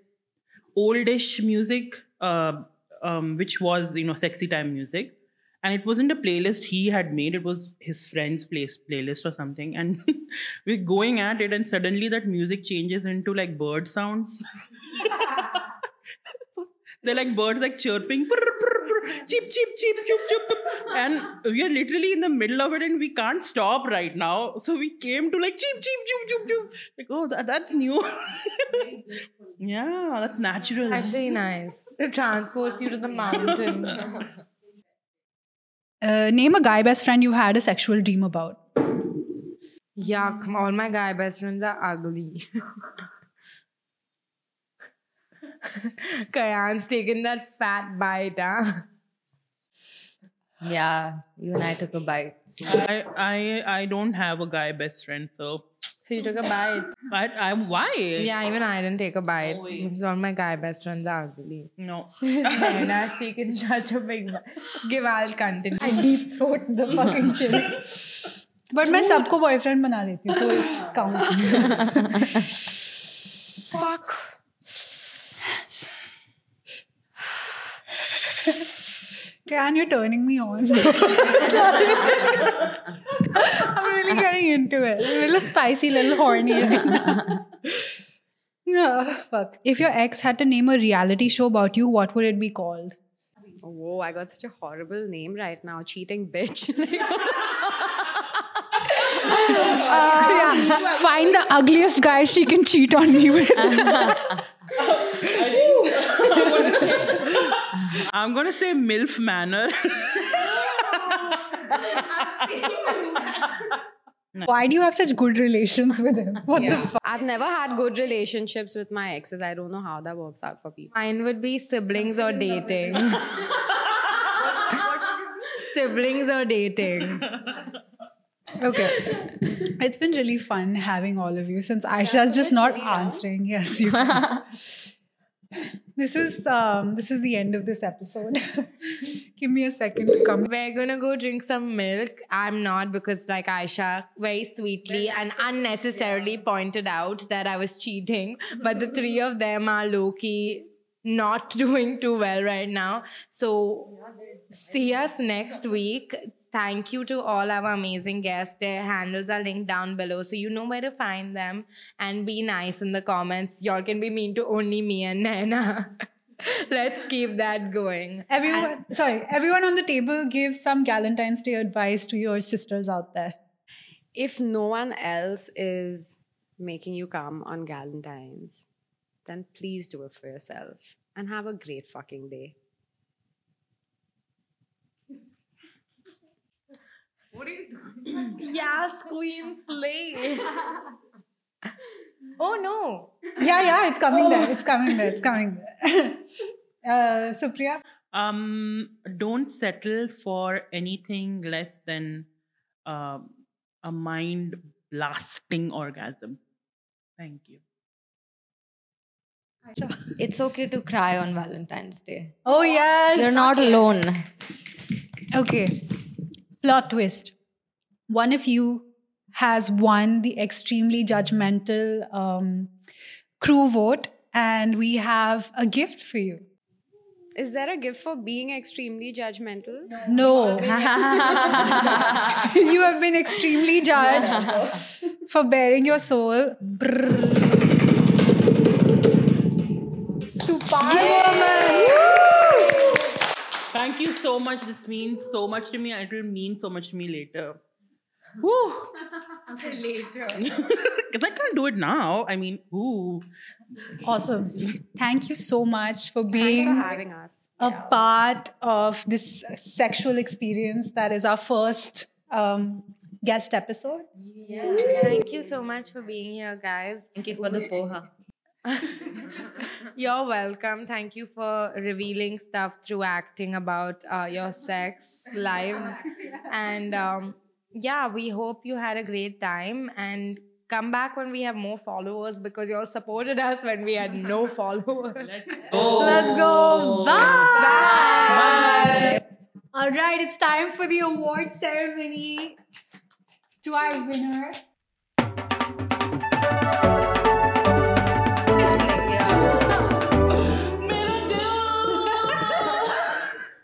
S4: oldish music, uh, um, which was you know sexy time music, and it wasn't a playlist he had made. It was his friend's place playlist or something. And we're going at it, and suddenly that music changes into like bird sounds. So they're like birds like chirping prr, prr, prr, cheep cheep cheep cheep cheep and we are literally in the middle of it and we can't stop right now so we came to like cheep cheep cheep cheep cheep like oh that, that's new yeah that's natural
S2: Actually nice. It transports you to the mountain.
S1: Uh, name a guy best friend you had a sexual dream about.
S2: Yuck, all my guy best friends are ugly. Kayan's taken that fat bite, huh?
S5: Yeah, you and I took a bite.
S4: I, I I don't have a guy best friend so
S2: So you took a bite.
S4: but I why
S2: Yeah, even I didn't take a bite.
S4: Oh, wait.
S2: Because all my guy best friends are ugly.
S4: no
S2: and I've taken such a big bite. Give I'll continue.
S1: I deep throat the fucking chill. But मैं सबको boyfriend बना लेती हूँ तो it counts. Can you're turning me on. I'm really getting into it. A little spicy, little horny right now. Yeah, fuck. If your ex had to name a reality show about you, what would it be called?
S3: Whoa, I got such a horrible name right now. Cheating bitch.
S1: yeah. Um, Find the ugliest guy she can cheat on me with.
S4: I'm gonna say MILF manner
S1: Why do you have such good relations with him? What the fuck?
S3: I've never had good relationships with my exes. I don't know how that works out for people.
S2: Mine would be siblings or dating. siblings or dating.
S1: Okay. It's been really fun having all of you since Aisha's just not answering. Yes, you can. This is um, this is the end of this episode. Give me a second to come.
S2: We're gonna go drink some milk. I'm not because, like Aisha very sweetly and unnecessarily pointed out that I was cheating, but the three of them are low key not doing too well right now. So, see us next week. Thank you to all our amazing guests. Their handles are linked down below, so you know where to find them. And be nice in the comments. Y'all can be mean to only me and Naina. Let's keep that going.
S1: Everyone, sorry, everyone on the table, give some Valentine's Day advice to your sisters out there.
S3: If no one else is making you come on Valentine's, then please do it for yourself and have a great fucking day.
S2: What are you doing? yes, Queen Slay.
S12: Oh no.
S1: yeah, yeah, it's coming there. It's coming there. It's coming there. uh, Supriya,
S4: Um, don't settle for anything less than um a mind blasting orgasm. Thank you.
S5: It's okay to cry on Valentine's Day.
S1: oh yes,
S5: You're not alone.
S1: Okay. Plot twist. One of you has won the extremely judgmental um, crew vote, and we have a gift for you.
S3: Is there a gift for being extremely judgmental? No.
S1: No. you have been extremely judged for bearing your soul.
S4: Thank you so much. This means so much to me, and it will mean so much to me later. Woo! later. Because I can't do it now. I mean, ooh.
S1: Awesome. Thank you so much for being
S3: Thanks for having us.
S1: a part of this sexual experience that is our first um, guest episode.
S2: Thank you so much for being here, guys.
S5: Thank you for the poha.
S2: You're welcome. Thank you for revealing stuff through acting about uh, your sex lives. And um, yeah, we hope you had a great time and come back when we have more followers because you all supported us when we had no followers.
S1: Let's go. Bye.
S4: Bye.
S1: All right, it's time for the award ceremony to our winner.